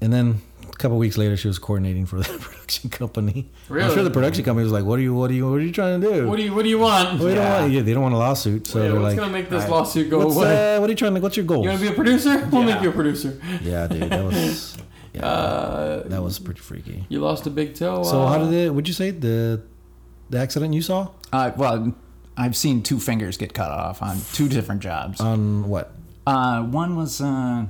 [SPEAKER 2] and then a couple weeks later, she was coordinating for the production company. I'm
[SPEAKER 1] Really?
[SPEAKER 2] sure the production company was like, "What are you? What are you? What are you trying to do?
[SPEAKER 1] What do you What do you want?
[SPEAKER 2] We don't
[SPEAKER 3] Yeah.
[SPEAKER 2] want. Yeah, they don't want a lawsuit, so
[SPEAKER 1] Yeah,
[SPEAKER 2] they're
[SPEAKER 1] what's
[SPEAKER 2] like,
[SPEAKER 1] gonna make this
[SPEAKER 3] I-
[SPEAKER 1] lawsuit go
[SPEAKER 2] "What's
[SPEAKER 1] away?
[SPEAKER 2] uh, what are you trying to? What's your goals?"
[SPEAKER 1] You want to be a producer? We'll
[SPEAKER 3] Yeah.
[SPEAKER 1] make you a producer.
[SPEAKER 2] Yeah, dude, that was yeah,
[SPEAKER 1] Uh,
[SPEAKER 2] that was pretty freaky.
[SPEAKER 1] you lost a big toe.
[SPEAKER 2] So
[SPEAKER 1] uh,
[SPEAKER 2] how did it? Would you say the the accident you saw
[SPEAKER 3] Uh, well, I've seen two fingers get cut off on two different jobs.
[SPEAKER 2] on what?
[SPEAKER 3] Uh, one was uh,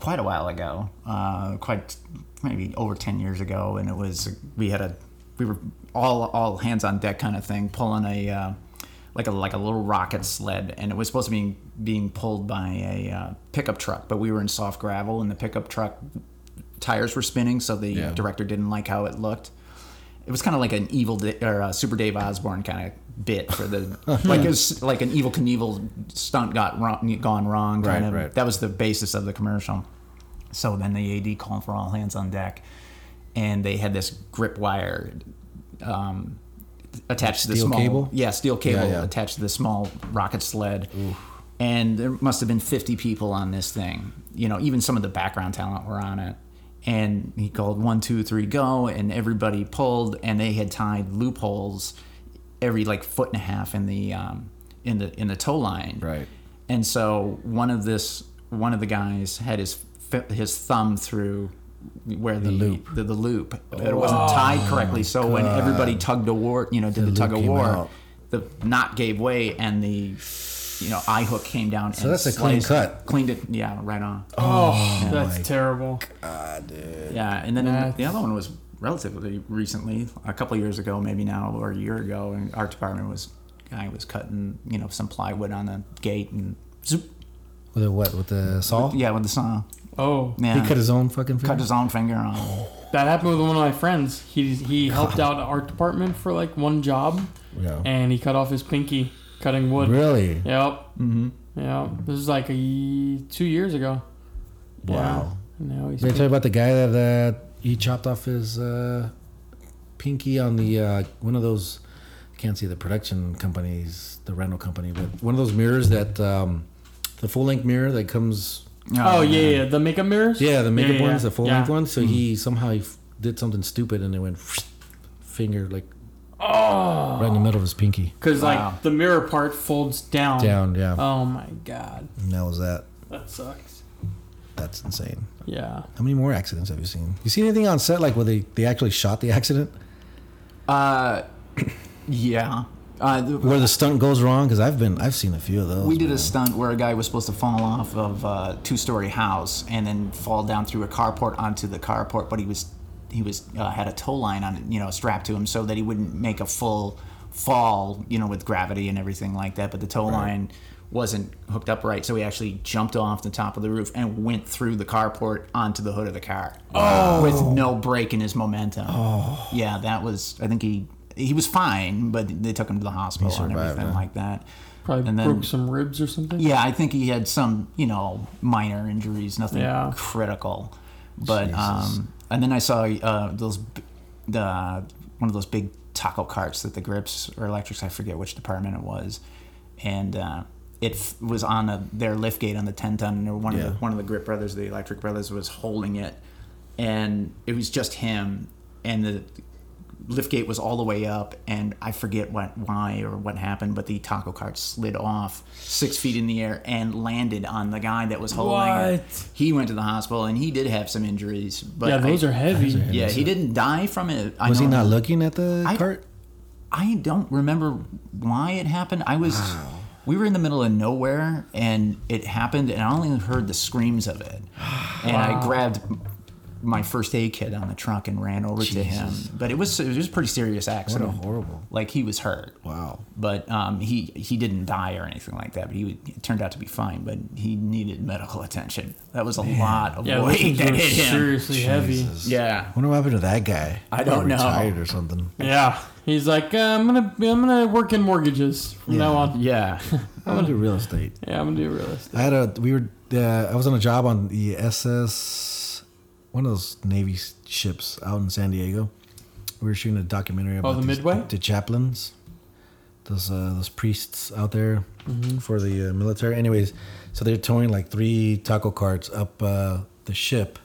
[SPEAKER 3] quite a while ago, uh, quite maybe over ten years ago, and it was we had a we were all all hands on deck kind of thing, pulling a uh, like a like a little rocket sled, and it was supposed to be being pulled by a uh, pickup truck, but we were in soft gravel, and the pickup truck tires were spinning, so the
[SPEAKER 2] Yeah.
[SPEAKER 3] director didn't like how it looked. It was kind of like an evil Da- or uh Super Dave Osborne kind of bit for the
[SPEAKER 2] Hmm.
[SPEAKER 3] like it was like an evil Knievel stunt got wrong, gone wrong. Kind
[SPEAKER 2] Right,
[SPEAKER 3] of
[SPEAKER 2] right.
[SPEAKER 3] that was the basis of the commercial. So then the AD called for all hands on deck, and they had this grip wire um, attached to the
[SPEAKER 2] Steel
[SPEAKER 3] small
[SPEAKER 2] cable?
[SPEAKER 3] yeah steel cable
[SPEAKER 2] yeah.
[SPEAKER 3] attached to the small rocket sled. And there must have been 50 people on this thing. You know, even some of the background talent were on it. And he called one, two, three, go, and everybody pulled, and they had tied loopholes every like foot and a half in the um, in the in the tow line.
[SPEAKER 2] Right.
[SPEAKER 3] And so one of this one of the guys had his fi- his thumb through where the,
[SPEAKER 2] loop. Oh,
[SPEAKER 3] the, the loop it wasn't tied correctly. So when everybody tugged a war, you know, did the,
[SPEAKER 2] loop
[SPEAKER 3] tug of
[SPEAKER 2] came
[SPEAKER 3] war,
[SPEAKER 2] out.
[SPEAKER 3] the knot gave way and the you know eye hook came down. So and
[SPEAKER 2] that's a clean
[SPEAKER 3] sliced-
[SPEAKER 2] cut.
[SPEAKER 3] Cleaned it, yeah, right on.
[SPEAKER 1] Oh,
[SPEAKER 2] my-
[SPEAKER 1] that's terrible.
[SPEAKER 3] Yeah, and then
[SPEAKER 1] That's-
[SPEAKER 3] the other one was relatively recently, a couple of years ago, maybe now or a year ago. And our department was guy was cutting, you know, some plywood on the gate and zoop,
[SPEAKER 2] With a what? With the saw?
[SPEAKER 3] Yeah, with the saw.
[SPEAKER 1] Oh,
[SPEAKER 3] Yeah.
[SPEAKER 2] He cut his own fucking finger.
[SPEAKER 3] Cut his own finger off.
[SPEAKER 1] that happened with one of my friends. He he helped out art department for like one job,
[SPEAKER 2] yeah.
[SPEAKER 1] and he cut off his pinky cutting wood.
[SPEAKER 2] Really?
[SPEAKER 1] Yep,
[SPEAKER 3] Mm-hmm.
[SPEAKER 1] yep. This is like a ye- two years ago. Yeah.
[SPEAKER 2] Wow.
[SPEAKER 1] Now he's
[SPEAKER 2] They tell you about the guy that uh, he chopped off his uh, pinky on the uh, one of those. I can't see the production companies, the rental company, but one of those mirrors that um, the full length mirror that comes.
[SPEAKER 1] Oh yeah, yeah, the makeup mirrors.
[SPEAKER 2] Yeah, the makeup
[SPEAKER 1] Yeah, yeah, Mm-hmm.
[SPEAKER 2] ones, the full
[SPEAKER 1] yeah.
[SPEAKER 2] length ones. So he somehow he f- did something stupid and it went finger like
[SPEAKER 1] Oh,
[SPEAKER 2] right in the middle of his pinky
[SPEAKER 1] because
[SPEAKER 3] Wow.
[SPEAKER 1] like the mirror part folds down.
[SPEAKER 2] down. Yeah,
[SPEAKER 1] Oh my god,
[SPEAKER 2] and that was that.
[SPEAKER 1] that sucks.
[SPEAKER 2] That's insane.
[SPEAKER 1] Yeah.
[SPEAKER 2] How many more accidents have you seen? You seen anything on set like where they, they actually shot the accident
[SPEAKER 3] Uh, yeah. Uh, th-
[SPEAKER 2] where the stunt goes wrong? Because I've been I've seen a few of those.
[SPEAKER 3] we did
[SPEAKER 2] man.
[SPEAKER 3] a stunt where a guy was supposed to fall off of a two-story house and then fall down through a carport onto the carport, but he was he was uh, had a tow line on you know strapped to him so that he wouldn't make a full fall you know with gravity and everything like that. But the tow line wasn't hooked up right, so he actually jumped off the top of the roof and went through the carport onto the hood of the car
[SPEAKER 2] Oh.
[SPEAKER 3] with no break in his momentum. Oh. Yeah, that was I think he. He was fine, but they took him to the hospital and
[SPEAKER 2] survived,
[SPEAKER 3] everything
[SPEAKER 2] huh?
[SPEAKER 3] like that.
[SPEAKER 1] Probably
[SPEAKER 3] And then-
[SPEAKER 1] broke some ribs or something.
[SPEAKER 3] Yeah, I think he had some, you know, minor injuries, nothing
[SPEAKER 1] Yeah.
[SPEAKER 3] critical. But
[SPEAKER 2] Jesus.
[SPEAKER 3] um, and then I saw uh, those b- the one of those big taco carts that the grips or electrics, I forget which department it was, and uh, it f- was on a, their lift gate on the ten ton, and one
[SPEAKER 2] Yeah.
[SPEAKER 3] of the one of the grip brothers, the electric brothers, was holding it, and it was just him, and the lift gate was all the way up and i forget what why or what happened but the taco cart slid off six feet in the air and landed on the guy that was holding it
[SPEAKER 1] What?
[SPEAKER 3] he went to the hospital and he did have some injuries but
[SPEAKER 1] Yeah, those
[SPEAKER 3] I-
[SPEAKER 1] are heavy.
[SPEAKER 3] yeah he didn't die from it I
[SPEAKER 2] Was he
[SPEAKER 3] know-
[SPEAKER 2] not looking at the
[SPEAKER 3] I-
[SPEAKER 2] cart?
[SPEAKER 3] i don't remember why it happened i was we were in the middle of nowhere and it happened and i only heard the screams of it and i grabbed my first aid kit on the truck and ran over to him but it was it was a pretty serious
[SPEAKER 2] What a
[SPEAKER 3] accident
[SPEAKER 2] horrible!
[SPEAKER 3] like he was hurt
[SPEAKER 2] Wow.
[SPEAKER 3] but um, he he didn't die or anything like that. But he, would, it turned out to be fine. But he needed medical attention. That was a lot of
[SPEAKER 1] Yeah, those
[SPEAKER 3] weight
[SPEAKER 1] things
[SPEAKER 3] that
[SPEAKER 1] were
[SPEAKER 3] hit him.
[SPEAKER 1] seriously heavy.
[SPEAKER 2] Jesus.
[SPEAKER 3] Yeah,
[SPEAKER 2] Wonder what happened to that guy?
[SPEAKER 3] I don't
[SPEAKER 2] Probably
[SPEAKER 3] know.
[SPEAKER 2] Retired or something.
[SPEAKER 1] Yeah. He's like, uh, I'm gonna I'm gonna work in mortgages from now on.
[SPEAKER 3] yeah.
[SPEAKER 2] I want to do real estate.
[SPEAKER 1] Yeah, I'm gonna do real estate.
[SPEAKER 2] I had a we were uh, I was on a job on the SS one of those Navy ships out in San Diego. We were shooting a
[SPEAKER 3] Oh,
[SPEAKER 2] documentary about
[SPEAKER 1] the
[SPEAKER 2] these-
[SPEAKER 1] Midway?
[SPEAKER 2] the chaplains, those uh, those priests out there for the uh, military. Anyways, so they're towing like three taco carts up uh, the ship,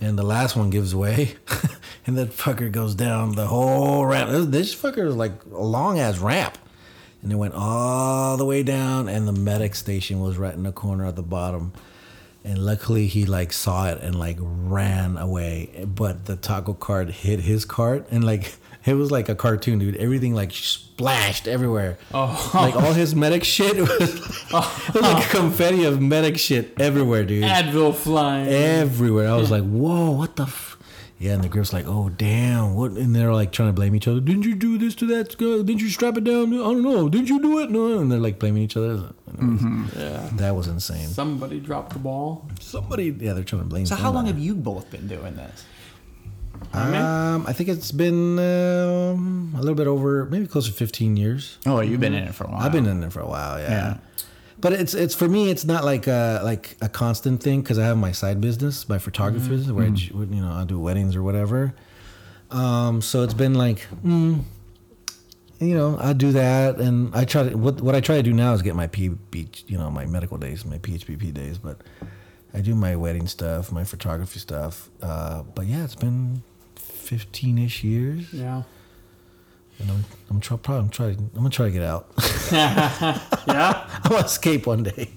[SPEAKER 2] and the last one gives way, and that fucker goes down the whole ramp. This- This fucker is like a long ass ramp. And it went all the way down, and the medic station was right in the corner at the bottom. And luckily, he like saw it and like ran away. But the taco cart hit his cart, and like it was like a cartoon, dude. Everything like splashed everywhere.
[SPEAKER 1] Oh.
[SPEAKER 2] like all his medic shit was it was like a confetti of medic shit everywhere, dude.
[SPEAKER 1] Advil flying.
[SPEAKER 2] Everywhere. I was like, whoa, what the. F-? Yeah, and the grip's like, oh damn, what? And they're like trying to blame each other. Didn't you do this to that? guy? Didn't you strap it down? I don't know. Didn't you do it? No. And they're like blaming each other. Anyways,
[SPEAKER 3] Mm-hmm.
[SPEAKER 1] yeah.
[SPEAKER 2] That was insane.
[SPEAKER 1] Somebody dropped the ball.
[SPEAKER 2] Somebody, yeah, they're trying to blame.
[SPEAKER 3] So how
[SPEAKER 2] somebody.
[SPEAKER 3] long have you both been doing this?
[SPEAKER 2] Um, I think it's been um, a little bit over, maybe close to 15 years.
[SPEAKER 3] Oh, you've been in it for a while.
[SPEAKER 2] I've been in there for a while, yeah.
[SPEAKER 3] Yeah.
[SPEAKER 2] But it's it's for me, it's not like a, like a constant thing because I have my side business, my photography, business, where I ju- you know I do weddings or whatever. Um, so it's been like, mm, you know, I do that, and I try to what what I try to do now is get my PB, you know, my medical days, my PHPP days, but I do my wedding stuff, my photography stuff. Uh, but yeah, it's been fifteen ish years,
[SPEAKER 1] Yeah.
[SPEAKER 2] and I'm I'm try, probably I'm trying I'm gonna try to get out.
[SPEAKER 1] yeah.
[SPEAKER 2] I want to escape one day.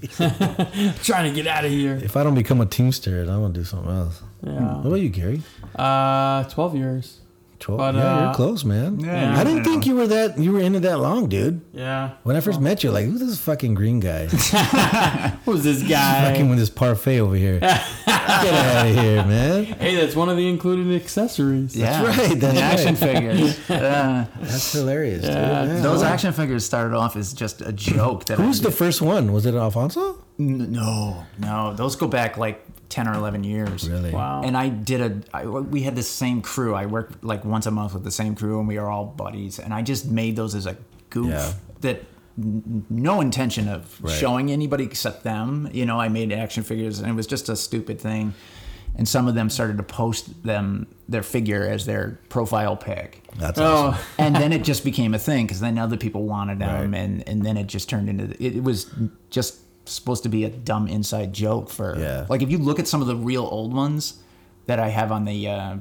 [SPEAKER 1] Trying to get out of here.
[SPEAKER 2] If I don't become a teamster, then I'm gonna do something else. What
[SPEAKER 1] Yeah.
[SPEAKER 2] about you, Gary?
[SPEAKER 1] Uh, twelve years.
[SPEAKER 2] Twelve.
[SPEAKER 1] But,
[SPEAKER 2] yeah, you're
[SPEAKER 1] uh,
[SPEAKER 2] close, man.
[SPEAKER 3] Yeah.
[SPEAKER 2] I didn't think you were that. You were into that long, dude.
[SPEAKER 1] Yeah.
[SPEAKER 2] When I first met you, like, who's this fucking green guy?
[SPEAKER 1] Who's this
[SPEAKER 2] fucking
[SPEAKER 1] guy?
[SPEAKER 2] with this parfait over here. Get out of here, man.
[SPEAKER 1] Hey, that's one of the included accessories.
[SPEAKER 3] Yeah.
[SPEAKER 2] That's right, that's
[SPEAKER 3] The
[SPEAKER 2] right.
[SPEAKER 3] action figures. Yeah.
[SPEAKER 2] That's hilarious.
[SPEAKER 1] Yeah,
[SPEAKER 2] dude. Yeah.
[SPEAKER 3] Those action figures started off as just a joke. That I
[SPEAKER 2] Who's the
[SPEAKER 3] did.
[SPEAKER 2] first one? Was it Alfonso?
[SPEAKER 3] N- no, no, those go back like ten or eleven years.
[SPEAKER 2] Really?
[SPEAKER 1] Wow.
[SPEAKER 3] And I did a. I, we had the same crew. I worked like once a month with the same crew, and we are all buddies. And I just made those as a goof
[SPEAKER 2] Yeah.
[SPEAKER 3] that n- no intention of
[SPEAKER 2] Right.
[SPEAKER 3] showing anybody except them. You know, I made action figures, and it was just a stupid thing. And some of them started to post them their figure as their profile pic
[SPEAKER 2] That's awesome.
[SPEAKER 1] Oh,
[SPEAKER 3] and then it just became a thing because then other people wanted them,
[SPEAKER 2] Right.
[SPEAKER 3] and and then it just turned into it, it was just supposed to be a dumb inside joke for
[SPEAKER 2] Yeah.
[SPEAKER 3] like if you look at some of the real old ones that I have on the uh,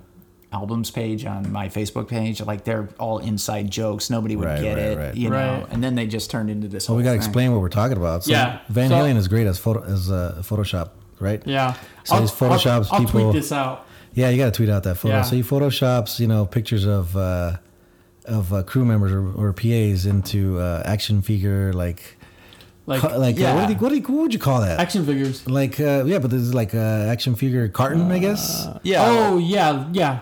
[SPEAKER 3] albums page on my Facebook page, like they're all inside jokes. Nobody would
[SPEAKER 2] Right,
[SPEAKER 3] get
[SPEAKER 2] right,
[SPEAKER 3] it,
[SPEAKER 2] right.
[SPEAKER 3] you know.
[SPEAKER 1] Right.
[SPEAKER 3] And then they just turned into this.
[SPEAKER 2] Well, we
[SPEAKER 3] whole
[SPEAKER 2] gotta
[SPEAKER 3] thing.
[SPEAKER 2] explain what we're talking about. So
[SPEAKER 1] Yeah.
[SPEAKER 2] Van
[SPEAKER 1] So-
[SPEAKER 2] Halen is great as photo as uh, Photoshop, right?
[SPEAKER 1] yeah.
[SPEAKER 2] So these photoshops
[SPEAKER 1] I'll, I'll
[SPEAKER 2] people-
[SPEAKER 1] tweet this out.
[SPEAKER 2] Yeah, you gotta tweet out that photo.
[SPEAKER 1] Yeah.
[SPEAKER 2] So he photoshops, you know, pictures of uh, of uh, crew members or, or PAs into uh, action figure like
[SPEAKER 1] Like,
[SPEAKER 2] ca- like uh, what,
[SPEAKER 3] yeah.
[SPEAKER 2] do you, what, do you, what would you call that?
[SPEAKER 1] action figures.
[SPEAKER 2] like uh, yeah, but this is like uh, action figure carton, I guess.
[SPEAKER 3] Yeah. Oh,
[SPEAKER 1] Oh yeah, yeah.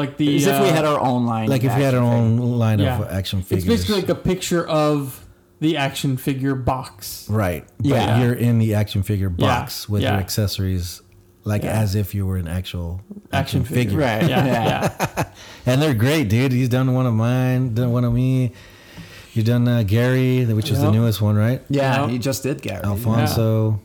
[SPEAKER 1] Like the
[SPEAKER 3] as if we
[SPEAKER 1] uh,
[SPEAKER 3] had our own line.
[SPEAKER 2] Like if we had our own line
[SPEAKER 1] Yeah.
[SPEAKER 2] of action
[SPEAKER 1] It's
[SPEAKER 2] figures.
[SPEAKER 1] basically like a picture of the action figure box.
[SPEAKER 2] right. But
[SPEAKER 1] Yeah.
[SPEAKER 2] you're in the action figure
[SPEAKER 1] Yeah.
[SPEAKER 2] box with your
[SPEAKER 1] Yeah.
[SPEAKER 2] accessories, like
[SPEAKER 1] Yeah.
[SPEAKER 2] as if you were an actual
[SPEAKER 1] Action, figure.
[SPEAKER 3] Right,
[SPEAKER 1] Yeah,
[SPEAKER 3] yeah.
[SPEAKER 1] yeah.
[SPEAKER 2] And they're great, dude. He's done one of mine, done one of me. You've done uh, Gary, which is the
[SPEAKER 1] Yeah.
[SPEAKER 2] newest one, right?
[SPEAKER 3] Yeah,
[SPEAKER 1] Yeah.
[SPEAKER 3] he just did, Gary.
[SPEAKER 2] Alfonso,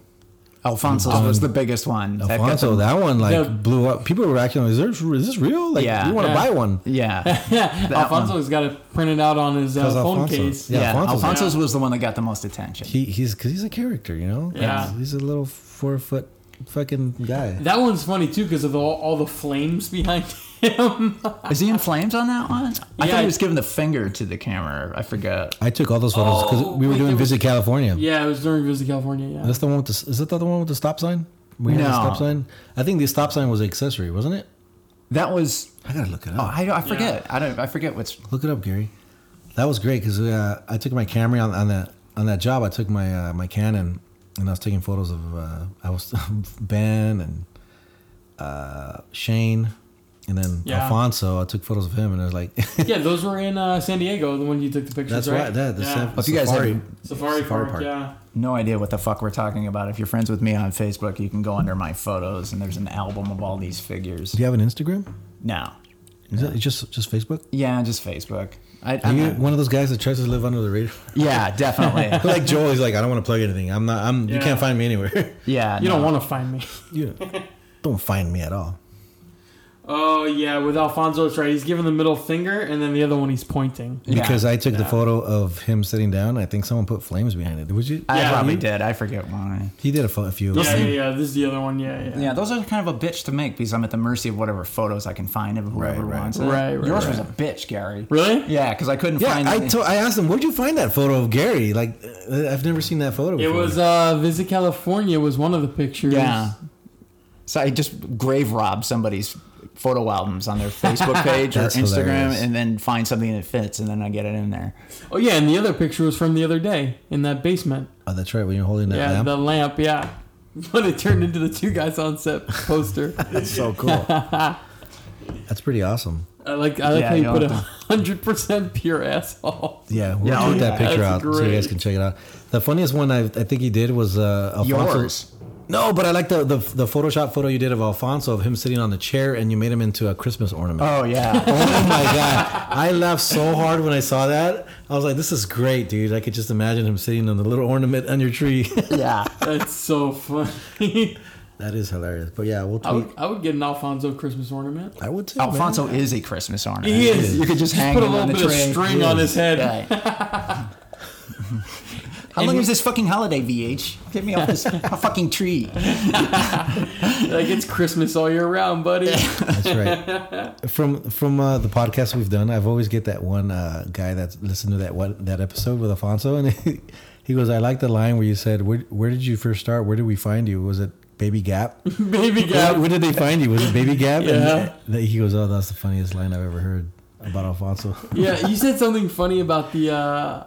[SPEAKER 3] Alfonso was the biggest one. That got
[SPEAKER 2] Alfonso,
[SPEAKER 3] the-
[SPEAKER 2] that one like
[SPEAKER 1] Yeah.
[SPEAKER 2] blew up. People were acting like, "Is, there, is this real? Like,
[SPEAKER 3] Yeah.
[SPEAKER 2] you want to
[SPEAKER 1] Yeah.
[SPEAKER 2] buy one?"
[SPEAKER 3] yeah.
[SPEAKER 1] yeah. Alfonso's got it printed out on his uh,
[SPEAKER 2] 'Cause
[SPEAKER 1] phone
[SPEAKER 2] Alfonso-
[SPEAKER 1] case.
[SPEAKER 2] Yeah,
[SPEAKER 3] Yeah,
[SPEAKER 2] Alfonso's-
[SPEAKER 3] Alfonso's, was the one that got the most attention.
[SPEAKER 2] He, he's because he's a character, you know.
[SPEAKER 1] Yeah.
[SPEAKER 2] he's, he's a little four foot fucking guy.
[SPEAKER 1] That one's funny too because of the, all the flames behind him.
[SPEAKER 3] Is he in flames on that one? I
[SPEAKER 1] Yeah.
[SPEAKER 3] thought he was giving the finger to the camera. I forgot.
[SPEAKER 2] I took all those photos because
[SPEAKER 1] Oh,
[SPEAKER 2] we were
[SPEAKER 1] wait,
[SPEAKER 2] doing
[SPEAKER 1] there was-
[SPEAKER 2] Visit California.
[SPEAKER 1] yeah, it was during Visit California. Yeah.
[SPEAKER 2] That's the one with the. s- Is that the other one with the stop sign? We had the
[SPEAKER 3] No.
[SPEAKER 2] stop sign. I think the stop sign was an accessory, wasn't it?
[SPEAKER 3] That was.
[SPEAKER 2] I gotta look it
[SPEAKER 3] Oh,
[SPEAKER 2] up.
[SPEAKER 3] I, I forget. I don't. I forget what's.
[SPEAKER 2] Look it up, Gary. That was great because uh, I took my camera on, on that on that job. I took my uh, my Canon and I was taking photos of uh, I was Ben and uh, Shane and then
[SPEAKER 1] Yeah.
[SPEAKER 2] Alfonso. I took photos of him and I was like,
[SPEAKER 1] Yeah, those were in uh, San Diego, the one you took the pictures,
[SPEAKER 2] "That's
[SPEAKER 1] right?
[SPEAKER 2] right, that the
[SPEAKER 1] yeah.
[SPEAKER 2] Sa-
[SPEAKER 3] If you guys
[SPEAKER 2] safari.
[SPEAKER 3] have
[SPEAKER 1] Safari,
[SPEAKER 2] Safari
[SPEAKER 1] Park,
[SPEAKER 2] Park.
[SPEAKER 1] yeah.
[SPEAKER 3] no idea what the fuck we're talking about, if you're friends with me on Facebook, you can go under my photos and there's an album of all these figures.
[SPEAKER 2] Do you have an Instagram?
[SPEAKER 3] No.
[SPEAKER 2] Is it just just Facebook?
[SPEAKER 3] Yeah, just Facebook. I,
[SPEAKER 2] Are
[SPEAKER 3] I'm
[SPEAKER 2] you
[SPEAKER 3] not-
[SPEAKER 2] one of those guys that tries to live under the radar?
[SPEAKER 3] yeah, definitely.
[SPEAKER 2] like Joel, he's like, I don't want to plug anything. I'm not. I'm. You
[SPEAKER 1] Yeah.
[SPEAKER 2] can't find me anywhere.
[SPEAKER 3] Yeah.
[SPEAKER 1] You don't
[SPEAKER 3] no.
[SPEAKER 1] want to find me.
[SPEAKER 2] you don't find me at all.
[SPEAKER 1] Oh yeah, with Alfonso, it's right. He's giving the middle finger, and then the other one he's pointing.
[SPEAKER 3] Yeah.
[SPEAKER 2] Because I took the photo of him sitting down. I think someone put flames behind it. Would you?
[SPEAKER 3] I
[SPEAKER 1] Yeah,
[SPEAKER 3] probably
[SPEAKER 1] you-
[SPEAKER 3] did. I forget why.
[SPEAKER 2] He did a, pho- a few.
[SPEAKER 1] Yeah,
[SPEAKER 2] of
[SPEAKER 1] yeah,
[SPEAKER 2] them.
[SPEAKER 1] yeah. This is the other one. Yeah, yeah.
[SPEAKER 3] Yeah, those are kind of a bitch to make because I'm at the mercy of whatever photos I can find of whoever
[SPEAKER 2] Right, right.
[SPEAKER 3] wants it.
[SPEAKER 1] Right, right,
[SPEAKER 3] Yours
[SPEAKER 1] right.
[SPEAKER 3] was a bitch, Gary.
[SPEAKER 1] Really?
[SPEAKER 3] Yeah, because I couldn't
[SPEAKER 2] Yeah,
[SPEAKER 3] find.
[SPEAKER 2] I,
[SPEAKER 3] any-
[SPEAKER 2] to- I asked him, where'd you find that photo of Gary? Like, uh, I've never seen that photo.
[SPEAKER 1] It
[SPEAKER 2] Before.
[SPEAKER 1] was uh, Visit California was one of the pictures.
[SPEAKER 3] Yeah. So I just grave rob somebody's photo albums on their Facebook page or
[SPEAKER 2] That's
[SPEAKER 3] Instagram
[SPEAKER 2] hilarious.
[SPEAKER 3] and then find something that fits and then I get it in there.
[SPEAKER 1] Oh yeah, and the other picture was from the other day in that basement.
[SPEAKER 2] Oh, that's right. When you're holding that
[SPEAKER 1] yeah,
[SPEAKER 2] lamp.
[SPEAKER 1] the lamp. Yeah. But it turned into the two guys on set poster.
[SPEAKER 2] that's so cool. that's pretty awesome.
[SPEAKER 1] I like I like
[SPEAKER 3] Yeah,
[SPEAKER 1] how you
[SPEAKER 3] you'll
[SPEAKER 1] put a
[SPEAKER 3] have
[SPEAKER 1] hundred percent pure asshole.
[SPEAKER 2] Yeah, we'll
[SPEAKER 3] Yeah,
[SPEAKER 2] tweet
[SPEAKER 3] oh,
[SPEAKER 2] that
[SPEAKER 3] yeah.
[SPEAKER 2] picture
[SPEAKER 1] That's
[SPEAKER 2] out so you
[SPEAKER 1] great.
[SPEAKER 2] guys can check it out. The funniest one I, I think he did was uh, Alfonso.
[SPEAKER 3] Yours.
[SPEAKER 2] No, but I like the, the the Photoshop photo you did of Alfonso of him sitting on a chair and you made him into a Christmas ornament.
[SPEAKER 3] Oh yeah.
[SPEAKER 2] Oh my god! I laughed so hard when I saw that. I was like, "This is great, dude!" I could just imagine him sitting on the little ornament on your tree.
[SPEAKER 3] yeah.
[SPEAKER 1] That's so funny.
[SPEAKER 2] that is hilarious. But yeah, we'll tweet.
[SPEAKER 1] I would, Oh, I would get an Alfonso Christmas ornament.
[SPEAKER 2] I would too.
[SPEAKER 3] Alfonso is a Christmas ornament.
[SPEAKER 1] He is.
[SPEAKER 3] You could just hang
[SPEAKER 1] Put a
[SPEAKER 3] him
[SPEAKER 1] little
[SPEAKER 3] on the
[SPEAKER 1] bit of
[SPEAKER 3] tree.
[SPEAKER 1] string on his head.
[SPEAKER 3] Right. How long is this fucking holiday, VH? Get me off this fucking tree.
[SPEAKER 1] Like it's Christmas all year round, buddy.
[SPEAKER 2] That's right. From from uh, the podcast we've done, I've always get that one uh, guy that's listened to that what that episode with Alfonso, and he, he goes, "I like the line where you said, where, where did you first start? Where did we find you? Was it Baby Gap?
[SPEAKER 1] Baby
[SPEAKER 2] Where,
[SPEAKER 1] guy.
[SPEAKER 2] where did they find you? Was it Baby Gap?"
[SPEAKER 1] Yeah.
[SPEAKER 2] And th- he goes, "Oh, that's the funniest line I've ever heard about Alfonso."
[SPEAKER 1] Yeah, you said something funny about the uh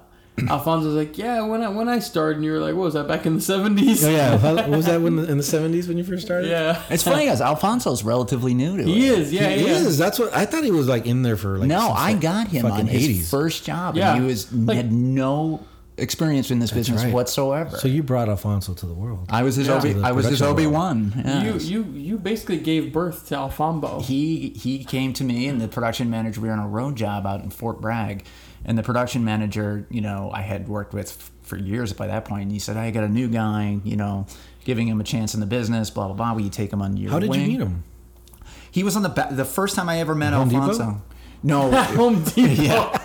[SPEAKER 1] Alfonso's like, yeah, when I when I started, and you were like, what was that back in the seventies?
[SPEAKER 2] Oh yeah, How- what was that when in the seventies when you first started?
[SPEAKER 1] yeah,
[SPEAKER 3] It's funny because Alfonso's relatively new to it.
[SPEAKER 1] he is. Yeah,
[SPEAKER 2] He
[SPEAKER 1] yeah.
[SPEAKER 2] is. That's what I thought he was like in there for like.
[SPEAKER 3] no,
[SPEAKER 2] since,
[SPEAKER 3] I
[SPEAKER 2] like,
[SPEAKER 3] got him on
[SPEAKER 2] fucking
[SPEAKER 3] his
[SPEAKER 2] 80s.
[SPEAKER 3] first job,
[SPEAKER 1] Yeah.
[SPEAKER 3] and he was
[SPEAKER 1] Like-
[SPEAKER 3] had no experience in this business
[SPEAKER 2] right.
[SPEAKER 3] whatsoever.
[SPEAKER 2] So you brought Alfonso to the world.
[SPEAKER 3] I was his
[SPEAKER 1] Yeah.
[SPEAKER 3] Obi.
[SPEAKER 2] To the
[SPEAKER 3] I was his Obi
[SPEAKER 2] production
[SPEAKER 3] Wan.
[SPEAKER 1] You you you basically gave birth to Alfambo.
[SPEAKER 3] he he came to me and the production manager we were on a road job out in Fort Bragg and the production manager you know I had worked with f- for years by that point and he said I got a new guy you know giving him a chance in the business blah blah blah will you take him under your
[SPEAKER 2] How did you
[SPEAKER 3] wing?"
[SPEAKER 2] meet him?
[SPEAKER 3] he was on the ba- the first time I ever met
[SPEAKER 2] Home Depot?
[SPEAKER 3] Alfonso no
[SPEAKER 1] Home Depot.
[SPEAKER 3] yeah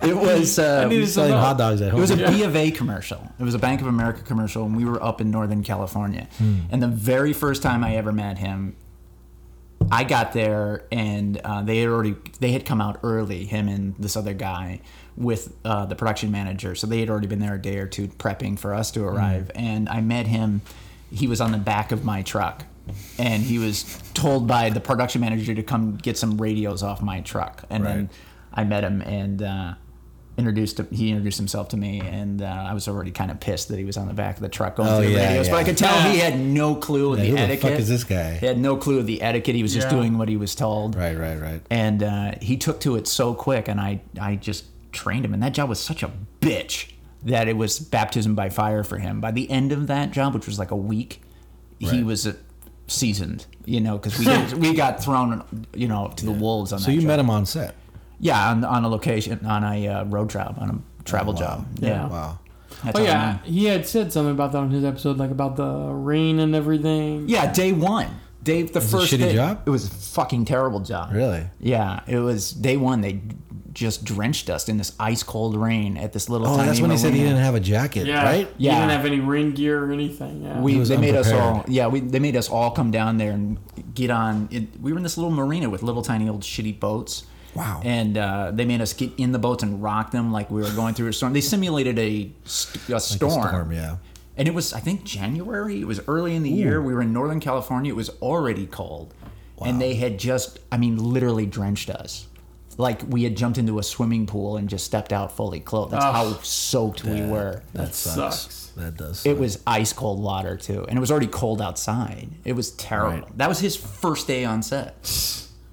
[SPEAKER 3] it was uh,
[SPEAKER 1] needed
[SPEAKER 2] He's selling
[SPEAKER 1] some help.
[SPEAKER 2] hot dogs at
[SPEAKER 3] it
[SPEAKER 2] home.
[SPEAKER 3] was a B of A commercial. It was a Bank of America commercial, and we were up in Northern California.
[SPEAKER 2] Hmm.
[SPEAKER 3] And the very first time I ever met him, I got there, and uh, they had already they had come out early. Him and this other guy with uh, the production manager, so they had already been there a day or two prepping for us
[SPEAKER 2] Mm-hmm.
[SPEAKER 3] to arrive. And I met him. He was on the back of my truck. And he was told by the production manager to come get some radios off my truck. And then
[SPEAKER 2] Right.
[SPEAKER 3] I met him and uh, introduced him, he introduced himself to me, and uh, I was already kind of pissed that he was on the back of the truck going
[SPEAKER 2] Oh,
[SPEAKER 3] through
[SPEAKER 2] yeah,
[SPEAKER 3] the radios, but I
[SPEAKER 2] yeah.
[SPEAKER 3] could tell he had no clue of
[SPEAKER 2] Yeah,
[SPEAKER 3] the
[SPEAKER 2] who the
[SPEAKER 3] etiquette.
[SPEAKER 2] fuck is this guy?
[SPEAKER 3] He had no clue of the etiquette. He was just
[SPEAKER 1] Yeah.
[SPEAKER 3] doing what he was told,
[SPEAKER 2] right, right, right.
[SPEAKER 3] and uh, he took to it so quick, and I I just trained him, and that job was such a bitch that it was baptism by fire for him. By the end of that job, which was like a week, he
[SPEAKER 2] Right.
[SPEAKER 3] was. uh seasoned you know because we got, we got thrown you know to the wolves on
[SPEAKER 2] So
[SPEAKER 3] that
[SPEAKER 2] you
[SPEAKER 3] job.
[SPEAKER 2] met him on set.
[SPEAKER 3] Yeah, on, on a location, on a uh, road job, on a travel job. Yeah.
[SPEAKER 2] Oh, Wow.
[SPEAKER 3] That's
[SPEAKER 1] Oh
[SPEAKER 3] all I
[SPEAKER 1] yeah,
[SPEAKER 3] know.
[SPEAKER 1] he had said something about that on his episode, like about the rain and everything.
[SPEAKER 3] Yeah, day one. Day the
[SPEAKER 2] it a
[SPEAKER 3] first
[SPEAKER 2] shitty
[SPEAKER 3] day-
[SPEAKER 2] job?
[SPEAKER 3] It was a fucking terrible job.
[SPEAKER 2] Really?
[SPEAKER 3] Yeah, it was day one. They just drenched us in this ice cold rain at this little.
[SPEAKER 2] Oh,
[SPEAKER 3] tiny
[SPEAKER 2] that's when he said he
[SPEAKER 3] marina.
[SPEAKER 2] didn't have a jacket,
[SPEAKER 1] yeah.
[SPEAKER 2] right?
[SPEAKER 1] He
[SPEAKER 3] Yeah.
[SPEAKER 1] didn't have any rain gear or anything. Yeah.
[SPEAKER 3] We,
[SPEAKER 2] was
[SPEAKER 3] they made us all
[SPEAKER 2] unprepared.
[SPEAKER 3] yeah we, they made us all come down there and get on it, we were in this little marina with little tiny old shitty boats
[SPEAKER 2] Wow.
[SPEAKER 3] and uh, they made us get in the boats and rock them like we were going through a storm they simulated a, st- a
[SPEAKER 2] Like a
[SPEAKER 3] storm
[SPEAKER 2] storm, yeah.
[SPEAKER 3] and it was I think January. It was early in the year. We were in Northern California. It was already cold, and they had just I mean literally drenched us. Like we had jumped into a swimming pool and just stepped out fully clothed. That's
[SPEAKER 1] Ugh.
[SPEAKER 3] how soaked we were.
[SPEAKER 2] That sucks.
[SPEAKER 1] sucks.
[SPEAKER 2] That does.
[SPEAKER 3] It
[SPEAKER 2] suck.
[SPEAKER 3] was ice cold water too, and it was already cold outside. It was terrible. That was his first day on set.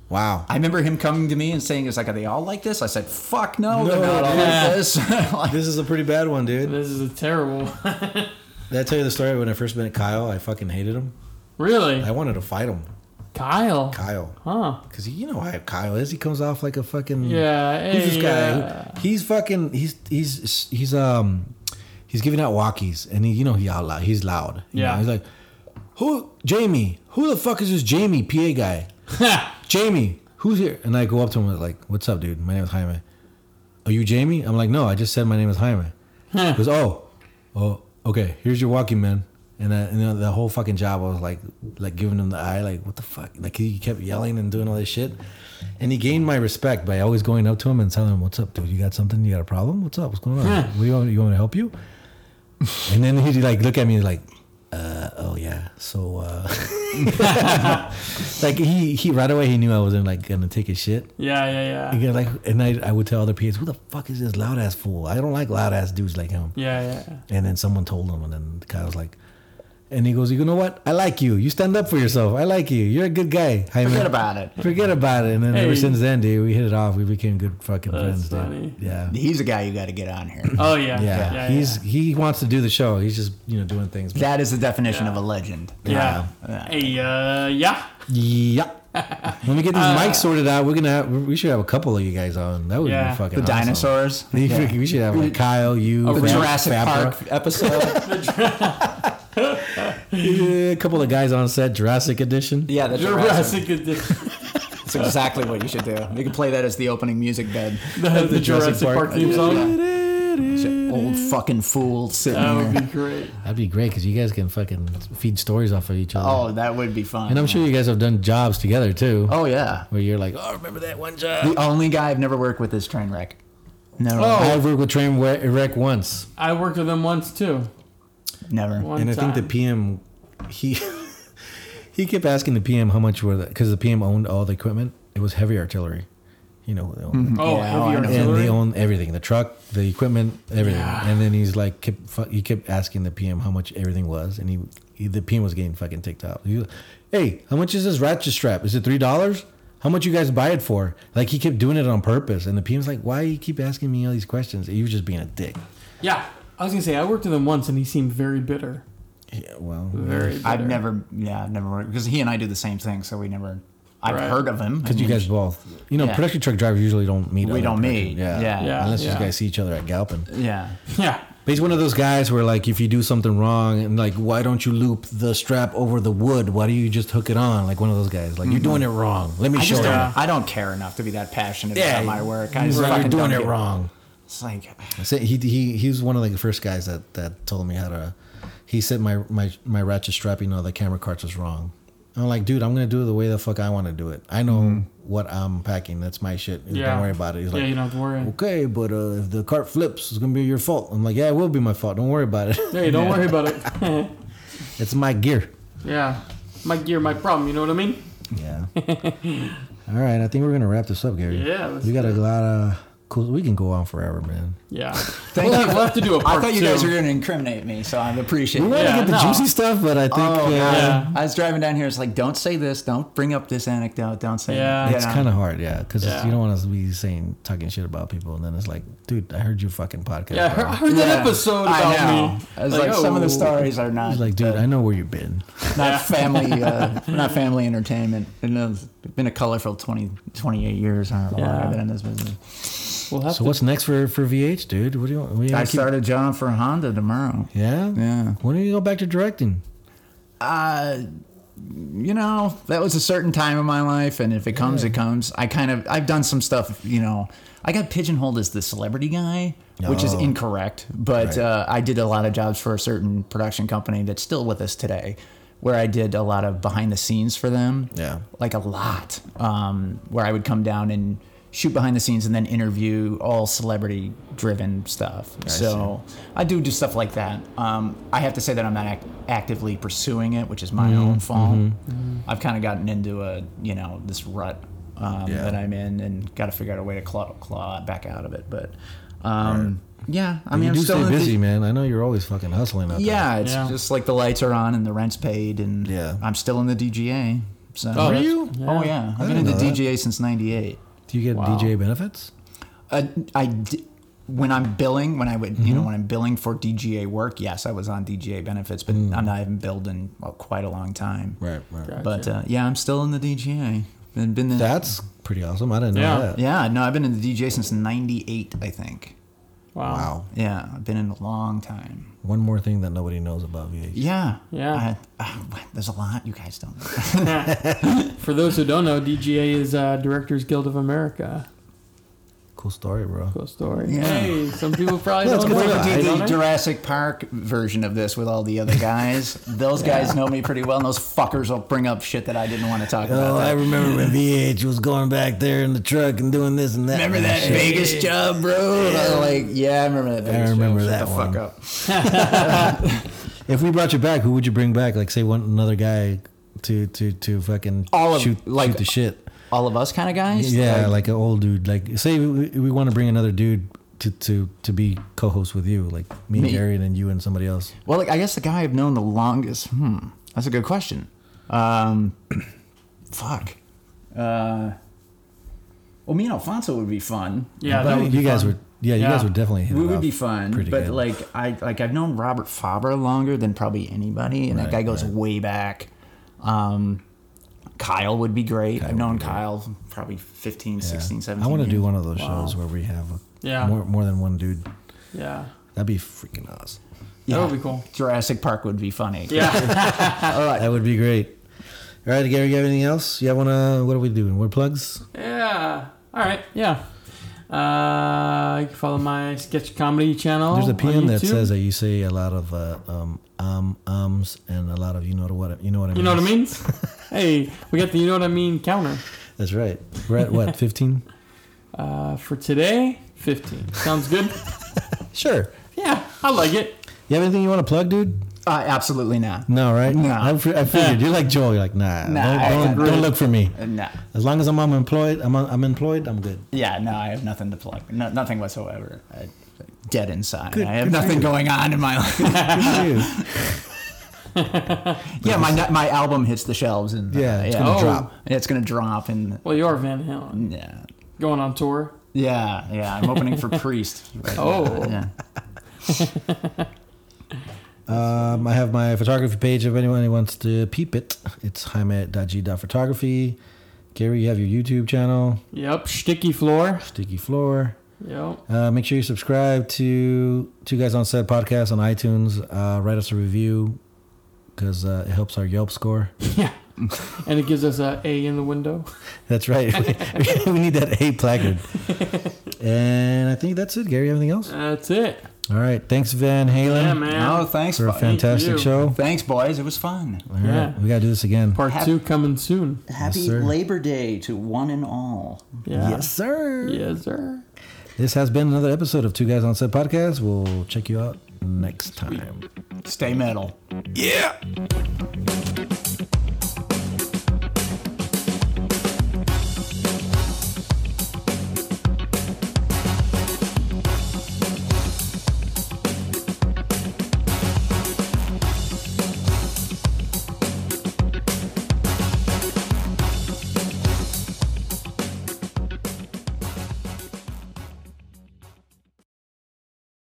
[SPEAKER 2] wow.
[SPEAKER 3] I remember him coming to me and saying, "It's like, are they all like this?" I said, "Fuck no, they're
[SPEAKER 2] No,
[SPEAKER 3] not all
[SPEAKER 1] yeah.
[SPEAKER 3] like this." Like-
[SPEAKER 2] this is a pretty bad one, dude.
[SPEAKER 1] This is a terrible.
[SPEAKER 2] Did I tell you the story when I first met Kyle? I fucking hated him.
[SPEAKER 1] really,
[SPEAKER 2] I wanted to fight him,
[SPEAKER 1] Kyle?
[SPEAKER 2] Kyle,
[SPEAKER 1] Huh?
[SPEAKER 2] because you know how Kyle is. He comes off like a fucking
[SPEAKER 1] Yeah.
[SPEAKER 2] Who's
[SPEAKER 1] hey,
[SPEAKER 2] Mm. this
[SPEAKER 1] uh,
[SPEAKER 2] guy? He's fucking. He's he's he's um he's giving out walkies, and he you know he out loud. He's loud. you
[SPEAKER 1] Yeah.
[SPEAKER 2] know, he's like, who Jamie? Who the fuck is this Jamie PA guy? Jamie, who's here? And I go up to him and like, what's up, dude? My name is Jaime. Are you Jamie? I'm like, no, I just said my name is Jaime. He goes, oh, oh, okay. Here's your walkie, man. And, I, and you know, the whole fucking job, I was like, like giving him the eye, like what the fuck? Like he kept yelling and doing all this shit. And he gained my respect by always going up to him and telling him, "What's up, dude? You got something? You got a problem? What's up? What's going on? What do you want? You want me to help you?" And then he'd like look at me like, uh, "Oh yeah." So uh, like he he right away he knew I wasn't like gonna take his shit.
[SPEAKER 1] Yeah, yeah, yeah.
[SPEAKER 2] Again, like, and I, I would tell other PAs, who the fuck is this loud ass fool? I don't like loud ass dudes like him.
[SPEAKER 1] Yeah, yeah.
[SPEAKER 2] And then someone told him, and then the guy was like, and he goes, you know what? I like you. You stand up for yourself. I like you. You're a good guy. Jaime.
[SPEAKER 3] Forget about it.
[SPEAKER 2] Forget about it. And then ever
[SPEAKER 1] Hey.
[SPEAKER 2] since then, dude, we hit it off. We became good fucking
[SPEAKER 1] That's
[SPEAKER 2] friends, dude.
[SPEAKER 1] funny.
[SPEAKER 2] Yeah.
[SPEAKER 3] He's a guy you got to get on here.
[SPEAKER 1] Oh yeah.
[SPEAKER 2] Yeah.
[SPEAKER 1] Yeah. yeah
[SPEAKER 2] He's he wants to do the show. He's just you know doing things. But
[SPEAKER 3] That is the definition
[SPEAKER 1] Yeah.
[SPEAKER 3] of a legend.
[SPEAKER 1] Yeah.
[SPEAKER 3] Yeah.
[SPEAKER 1] Hey, uh, yeah.
[SPEAKER 2] yeah. when we get
[SPEAKER 1] Uh,
[SPEAKER 2] these mics sorted out, we're gonna have, we should have a couple of you guys on. That would
[SPEAKER 1] Yeah.
[SPEAKER 2] be fucking
[SPEAKER 3] The
[SPEAKER 2] awesome.
[SPEAKER 3] dinosaurs.
[SPEAKER 2] We
[SPEAKER 3] Yeah.
[SPEAKER 2] should- We should have like Kyle, you,
[SPEAKER 3] The
[SPEAKER 2] Fab-
[SPEAKER 3] Jurassic
[SPEAKER 2] Fabra.
[SPEAKER 3] Park episode.
[SPEAKER 2] Yeah, a couple of guys on set, Jurassic Edition.
[SPEAKER 3] yeah, the Jurassic.
[SPEAKER 1] Jurassic Edition.
[SPEAKER 3] That's exactly what you should do. We could play that as the opening music bed.
[SPEAKER 1] The, the, Jurassic, Park, theme song.
[SPEAKER 3] Old fucking fool sitting
[SPEAKER 1] That would
[SPEAKER 3] here.
[SPEAKER 1] be great.
[SPEAKER 2] That'd be great because you guys can fucking feed stories off of each other.
[SPEAKER 3] Oh, that would be fun.
[SPEAKER 2] and I'm sure you guys have done jobs together too,
[SPEAKER 3] Oh yeah.
[SPEAKER 2] where you're like, oh, remember that one job? Oh.
[SPEAKER 3] The only guy I've never worked with is Trainwreck. Never.
[SPEAKER 1] Oh.
[SPEAKER 2] I worked with Train Wre- Wreck once,
[SPEAKER 1] I worked with him once too.
[SPEAKER 3] Never.
[SPEAKER 1] One
[SPEAKER 2] and I
[SPEAKER 1] time.
[SPEAKER 2] think the PM, he he kept asking the PM how much were the because the PM owned all the equipment. It was heavy artillery, you know. they owned it.
[SPEAKER 1] oh,
[SPEAKER 3] Yeah,
[SPEAKER 1] heavy
[SPEAKER 3] I know.
[SPEAKER 2] and
[SPEAKER 1] artillery.
[SPEAKER 2] they own everything the truck the equipment everything
[SPEAKER 1] Yeah.
[SPEAKER 2] and then he's like kept, fu- he kept asking the pm how much everything was and he, he the pm was getting fucking ticked off he was, hey how much is this ratchet strap is it three dollars how much you guys buy it for like he kept doing it on purpose and the pm's like why you keep asking me all these questions you was just being a dick
[SPEAKER 1] yeah. I was gonna say I worked with him once, and he seemed very bitter.
[SPEAKER 2] Yeah, well,
[SPEAKER 1] Very. Bitter.
[SPEAKER 3] I've never, yeah, I've never worked because he and I do the same thing, so we never. I've
[SPEAKER 1] Right.
[SPEAKER 3] heard of him I
[SPEAKER 2] because you
[SPEAKER 3] mean,
[SPEAKER 2] guys both, you know,
[SPEAKER 3] Yeah.
[SPEAKER 2] production truck drivers usually don't meet.
[SPEAKER 3] We
[SPEAKER 2] other
[SPEAKER 3] don't
[SPEAKER 2] production-
[SPEAKER 3] meet. Yeah. Yeah.
[SPEAKER 2] unless
[SPEAKER 1] Yeah.
[SPEAKER 2] you guys see each other at Galpin.
[SPEAKER 3] Yeah.
[SPEAKER 1] Yeah.
[SPEAKER 2] But he's one of those guys where like if you do something wrong and like why don't you loop the strap over the wood? Why do you just hook it on? Like one of those guys. Like you're doing it wrong. Let me
[SPEAKER 3] I
[SPEAKER 2] show
[SPEAKER 3] just
[SPEAKER 2] you.
[SPEAKER 3] don't.
[SPEAKER 1] Yeah.
[SPEAKER 3] I don't care enough to be that passionate about my work. I
[SPEAKER 2] He's
[SPEAKER 3] just
[SPEAKER 2] like,
[SPEAKER 3] fucking
[SPEAKER 2] you're doing
[SPEAKER 3] don't
[SPEAKER 2] it
[SPEAKER 3] give-
[SPEAKER 2] wrong.
[SPEAKER 3] It's like
[SPEAKER 2] So he he he was one of like, the first guys that that told me how to. He said my my my ratchet strap, you know, the camera cartridge was wrong. I'm like, dude, I'm gonna do it the way the fuck I want to do it. I know
[SPEAKER 3] Mm-hmm.
[SPEAKER 2] what I'm packing. That's my shit.
[SPEAKER 1] Yeah.
[SPEAKER 2] Don't worry about it. He's
[SPEAKER 1] yeah,
[SPEAKER 2] like,
[SPEAKER 1] you don't have to worry.
[SPEAKER 2] okay, but uh, if the cart flips, it's gonna be your fault. I'm like, yeah, it will be my fault. Don't worry about it.
[SPEAKER 1] Yeah, you don't worry about it.
[SPEAKER 2] it's my gear.
[SPEAKER 1] yeah. My gear, my problem. You know what I mean?
[SPEAKER 2] Yeah. All right, I think we're gonna wrap this up, Gary.
[SPEAKER 1] Yeah, let's
[SPEAKER 2] we got a lot of cool. We can go on forever, man.
[SPEAKER 1] Yeah. Thank we'll, have, we'll have to do a part
[SPEAKER 3] I thought you
[SPEAKER 1] two.
[SPEAKER 3] guys were going to incriminate me, so I appreciate
[SPEAKER 2] We
[SPEAKER 3] it.
[SPEAKER 2] want
[SPEAKER 1] Yeah,
[SPEAKER 2] to get the
[SPEAKER 1] no.
[SPEAKER 2] juicy stuff, but I think
[SPEAKER 3] Oh,
[SPEAKER 2] uh,
[SPEAKER 1] Yeah.
[SPEAKER 3] God. I was driving down here. It's like, don't say this. Don't bring up this anecdote. Don't say.
[SPEAKER 1] Yeah.
[SPEAKER 3] that.
[SPEAKER 2] It's kind of hard, yeah, because
[SPEAKER 1] Yeah.
[SPEAKER 2] you don't want to be saying talking shit about people, and then it's like, dude, I heard your fucking podcast.
[SPEAKER 1] Yeah, I heard,
[SPEAKER 2] bro.
[SPEAKER 1] I heard that episode about
[SPEAKER 3] I know.
[SPEAKER 1] me.
[SPEAKER 3] I was like, some of
[SPEAKER 1] oh.
[SPEAKER 3] the stories are not
[SPEAKER 2] It's like, dude, I know where you've been.
[SPEAKER 3] not family, uh, not family entertainment. And it's been a colorful 20, 28 years. I don't know how long
[SPEAKER 1] Yeah.
[SPEAKER 3] I've been in this business.
[SPEAKER 1] We'll have
[SPEAKER 2] So
[SPEAKER 1] to-
[SPEAKER 2] what's next for for VH, dude? What do you want? We
[SPEAKER 3] I
[SPEAKER 2] gotta keep-
[SPEAKER 3] start a job for Honda tomorrow.
[SPEAKER 2] Yeah.
[SPEAKER 3] Yeah.
[SPEAKER 2] When do you go back to directing?
[SPEAKER 3] Uh, you know, that was a certain time in my life, and if it comes, it comes. I kind of, I've done some stuff. You know, I got pigeonholed as the celebrity guy, which is
[SPEAKER 2] Oh.
[SPEAKER 3] incorrect. But
[SPEAKER 2] Right.
[SPEAKER 3] uh, I did a lot of jobs for a certain production company that's still with us today, where I did a lot of behind the scenes for them.
[SPEAKER 2] Yeah.
[SPEAKER 3] like a lot. Um, where I would come down and shoot behind the scenes and then interview all celebrity driven stuff. so I do do stuff like that. Um, I have to say that I'm not act- actively pursuing it, which is my
[SPEAKER 2] Mm-hmm.
[SPEAKER 3] own fault.
[SPEAKER 1] Mm-hmm.
[SPEAKER 3] I've kind of gotten into a you know this rut um,
[SPEAKER 2] Yeah.
[SPEAKER 3] that I'm in and got to figure out a way to claw, claw back out of it. But um, yeah, I mean,
[SPEAKER 2] you
[SPEAKER 3] I'm
[SPEAKER 2] do
[SPEAKER 3] still
[SPEAKER 2] stay
[SPEAKER 3] in the-
[SPEAKER 2] busy, man. I know you're always fucking hustling out
[SPEAKER 3] yeah, it's
[SPEAKER 1] Yeah.
[SPEAKER 3] just like the lights are on and the rent's paid, and
[SPEAKER 2] Yeah.
[SPEAKER 3] I'm still in the DGA. So
[SPEAKER 1] Oh,
[SPEAKER 2] there. Are
[SPEAKER 1] that's-
[SPEAKER 2] you?
[SPEAKER 3] Oh yeah, I've been in
[SPEAKER 2] didn't
[SPEAKER 3] the
[SPEAKER 2] know that.
[SPEAKER 3] DGA since '98.
[SPEAKER 2] Do you get
[SPEAKER 1] Wow.
[SPEAKER 2] DJ benefits?
[SPEAKER 3] Uh, I d- when I'm billing, when I would, you
[SPEAKER 2] Mm-hmm.
[SPEAKER 3] know, when I'm billing for DGA work, yes, I was on DGA benefits, but I'm not even billed in well, quite a long time.
[SPEAKER 2] Mm. Right, right.
[SPEAKER 1] Gotcha.
[SPEAKER 3] But uh, yeah, I'm still in the DGA. Been, been in,
[SPEAKER 2] That's pretty awesome. I didn't know
[SPEAKER 1] Yeah.
[SPEAKER 2] that.
[SPEAKER 3] yeah, no, I've been in the DGA since '98, I think.
[SPEAKER 1] wow.
[SPEAKER 2] Wow.
[SPEAKER 3] Yeah, I've been in a long time.
[SPEAKER 2] Um, One more thing that nobody knows about VH.
[SPEAKER 3] Yeah,
[SPEAKER 1] Yeah.
[SPEAKER 3] I, uh, there's a lot you guys don't. know.
[SPEAKER 1] For those who don't know, DGA is uh, Directors Guild of America.
[SPEAKER 2] Cool story, bro.
[SPEAKER 1] Cool story.
[SPEAKER 3] Yeah.
[SPEAKER 1] Hey, some people probably
[SPEAKER 2] Yeah, it's
[SPEAKER 1] don't
[SPEAKER 2] good
[SPEAKER 1] know
[SPEAKER 2] to
[SPEAKER 1] that.
[SPEAKER 2] know.
[SPEAKER 3] did
[SPEAKER 1] Don't
[SPEAKER 3] the
[SPEAKER 1] they?
[SPEAKER 3] Jurassic Park version of this with all the other guys. Those guys know me pretty well, and those fuckers will bring up shit that I didn't want to talk
[SPEAKER 2] Oh,
[SPEAKER 3] about.
[SPEAKER 2] I
[SPEAKER 3] That-
[SPEAKER 2] remember when VH was going back there in the truck and doing this and that.
[SPEAKER 3] remember that
[SPEAKER 2] Shit.
[SPEAKER 3] Vegas job, bro? I was like, yeah, I remember that. Vegas
[SPEAKER 2] remember
[SPEAKER 3] job.
[SPEAKER 2] that
[SPEAKER 3] Shut
[SPEAKER 2] one.
[SPEAKER 3] the fuck up.
[SPEAKER 2] If we brought you back, who would you bring back? Like, say one another guy to to to fucking
[SPEAKER 3] All of-
[SPEAKER 2] shoot,
[SPEAKER 3] like-
[SPEAKER 2] shoot the shit.
[SPEAKER 3] All of us kind of guys.
[SPEAKER 2] Yeah,
[SPEAKER 3] Like,
[SPEAKER 2] like an old dude. Like, say we, we want to bring another dude to to to be co-host with you, like me, and
[SPEAKER 3] Me.
[SPEAKER 2] Gary, and then you and somebody else.
[SPEAKER 3] well, like I guess the guy I've known the longest. Hmm, that's a good question. Um, fuck. Uh, well, me and Alfonso would be fun.
[SPEAKER 1] Yeah,
[SPEAKER 2] But
[SPEAKER 1] that would be
[SPEAKER 2] you guys
[SPEAKER 1] fun.
[SPEAKER 2] were, yeah, you
[SPEAKER 1] Yeah.
[SPEAKER 2] guys were definitely. hit
[SPEAKER 3] we
[SPEAKER 2] it
[SPEAKER 3] would
[SPEAKER 2] off
[SPEAKER 3] be fun,
[SPEAKER 2] pretty
[SPEAKER 3] but
[SPEAKER 2] good.
[SPEAKER 3] like I like I've known Robert Faber longer than probably anybody, and that
[SPEAKER 2] Right,
[SPEAKER 3] guy goes
[SPEAKER 2] right.
[SPEAKER 3] way back. Um, Kyle would be great. I've known Kyle probably
[SPEAKER 2] Yeah.
[SPEAKER 3] 15, 16, 17.
[SPEAKER 2] I want to
[SPEAKER 3] years.
[SPEAKER 2] do one of those
[SPEAKER 1] Wow.
[SPEAKER 2] shows where we have a,
[SPEAKER 1] Yeah.
[SPEAKER 2] more more than one dude.
[SPEAKER 1] Yeah.
[SPEAKER 2] That'd be freaking awesome.
[SPEAKER 1] That would be cool.
[SPEAKER 3] Jurassic Park would be funny.
[SPEAKER 1] Yeah.
[SPEAKER 2] That would be great. All right, Gary, you have anything else? You want to? What are we doing? We're plugs.
[SPEAKER 1] yeah. All right. Yeah. Uh, you can follow my sketch comedy channel.
[SPEAKER 2] There's a
[SPEAKER 1] Oh, on
[SPEAKER 2] PM that
[SPEAKER 1] YouTube.
[SPEAKER 2] says that you say a lot of uh, um um ums and a lot of you know what you know what I mean.
[SPEAKER 1] You know what I mean? hey, we got the you know what I mean counter.
[SPEAKER 2] That's right. We're at what 15?
[SPEAKER 1] Uh, for today, 15. Sounds good?
[SPEAKER 2] sure.
[SPEAKER 1] yeah, I like it.
[SPEAKER 2] You have anything you want to plug, dude?
[SPEAKER 3] Uh, absolutely not.
[SPEAKER 2] No, right?
[SPEAKER 3] No.
[SPEAKER 2] I, fi- I figured you're like Joel. You're like, nah,
[SPEAKER 3] Nah,
[SPEAKER 2] don't-
[SPEAKER 3] I- I
[SPEAKER 2] don't,
[SPEAKER 3] agree.
[SPEAKER 2] don't look for me.
[SPEAKER 3] Uh, No.
[SPEAKER 2] As long as I'm unemployed, I'm, I'm employed, I'm good.
[SPEAKER 3] Yeah, no, I have nothing to plug. No, nothing whatsoever. I, dead inside. I have
[SPEAKER 2] good for
[SPEAKER 3] nothing
[SPEAKER 2] you.
[SPEAKER 3] going on in my life.
[SPEAKER 2] Good for you.
[SPEAKER 3] yeah, my my album hits the shelves and uh,
[SPEAKER 2] Yeah, it's
[SPEAKER 3] yeah,
[SPEAKER 2] gonna
[SPEAKER 1] Oh.
[SPEAKER 2] drop.
[SPEAKER 3] it's gonna drop and
[SPEAKER 1] Well, you are Van Halen.
[SPEAKER 3] yeah.
[SPEAKER 1] Going on tour.
[SPEAKER 3] Yeah, yeah. I'm opening for Priest. right now,
[SPEAKER 1] Oh.
[SPEAKER 3] yeah.
[SPEAKER 2] Um, I have my photography page if anyone wants to peep it. It's jaime.g.photography. Gary, you have your YouTube channel,
[SPEAKER 1] Yep, sticky floor.
[SPEAKER 2] Sticky Floor.
[SPEAKER 1] Yep.
[SPEAKER 2] Uh, make sure you subscribe to Two Guys on Set podcast on iTunes. Uh, write us a review because uh, it helps our Yelp score.
[SPEAKER 1] Yeah. and it gives us a A in the window.
[SPEAKER 2] That's right. we need that A placard. and I think that's it, Gary. Anything else?
[SPEAKER 1] That's it.
[SPEAKER 2] All right. Thanks, Van Halen,
[SPEAKER 1] Yeah, man.
[SPEAKER 3] Oh, thanks,
[SPEAKER 2] for a
[SPEAKER 3] bu-
[SPEAKER 2] fantastic
[SPEAKER 1] you.
[SPEAKER 2] show.
[SPEAKER 3] thanks, boys. It was fun.
[SPEAKER 2] All right.
[SPEAKER 1] Yeah.
[SPEAKER 2] We got to do this again.
[SPEAKER 1] Part
[SPEAKER 3] Hap-
[SPEAKER 1] two coming soon.
[SPEAKER 3] Happy
[SPEAKER 2] sir.
[SPEAKER 3] Labor Day to one and all.
[SPEAKER 1] Yeah.
[SPEAKER 2] Yes, sir.
[SPEAKER 1] Yes, sir.
[SPEAKER 2] This has been another episode of Two Guys on Set podcast. We'll check you out next time.
[SPEAKER 3] Stay metal.
[SPEAKER 2] Yeah.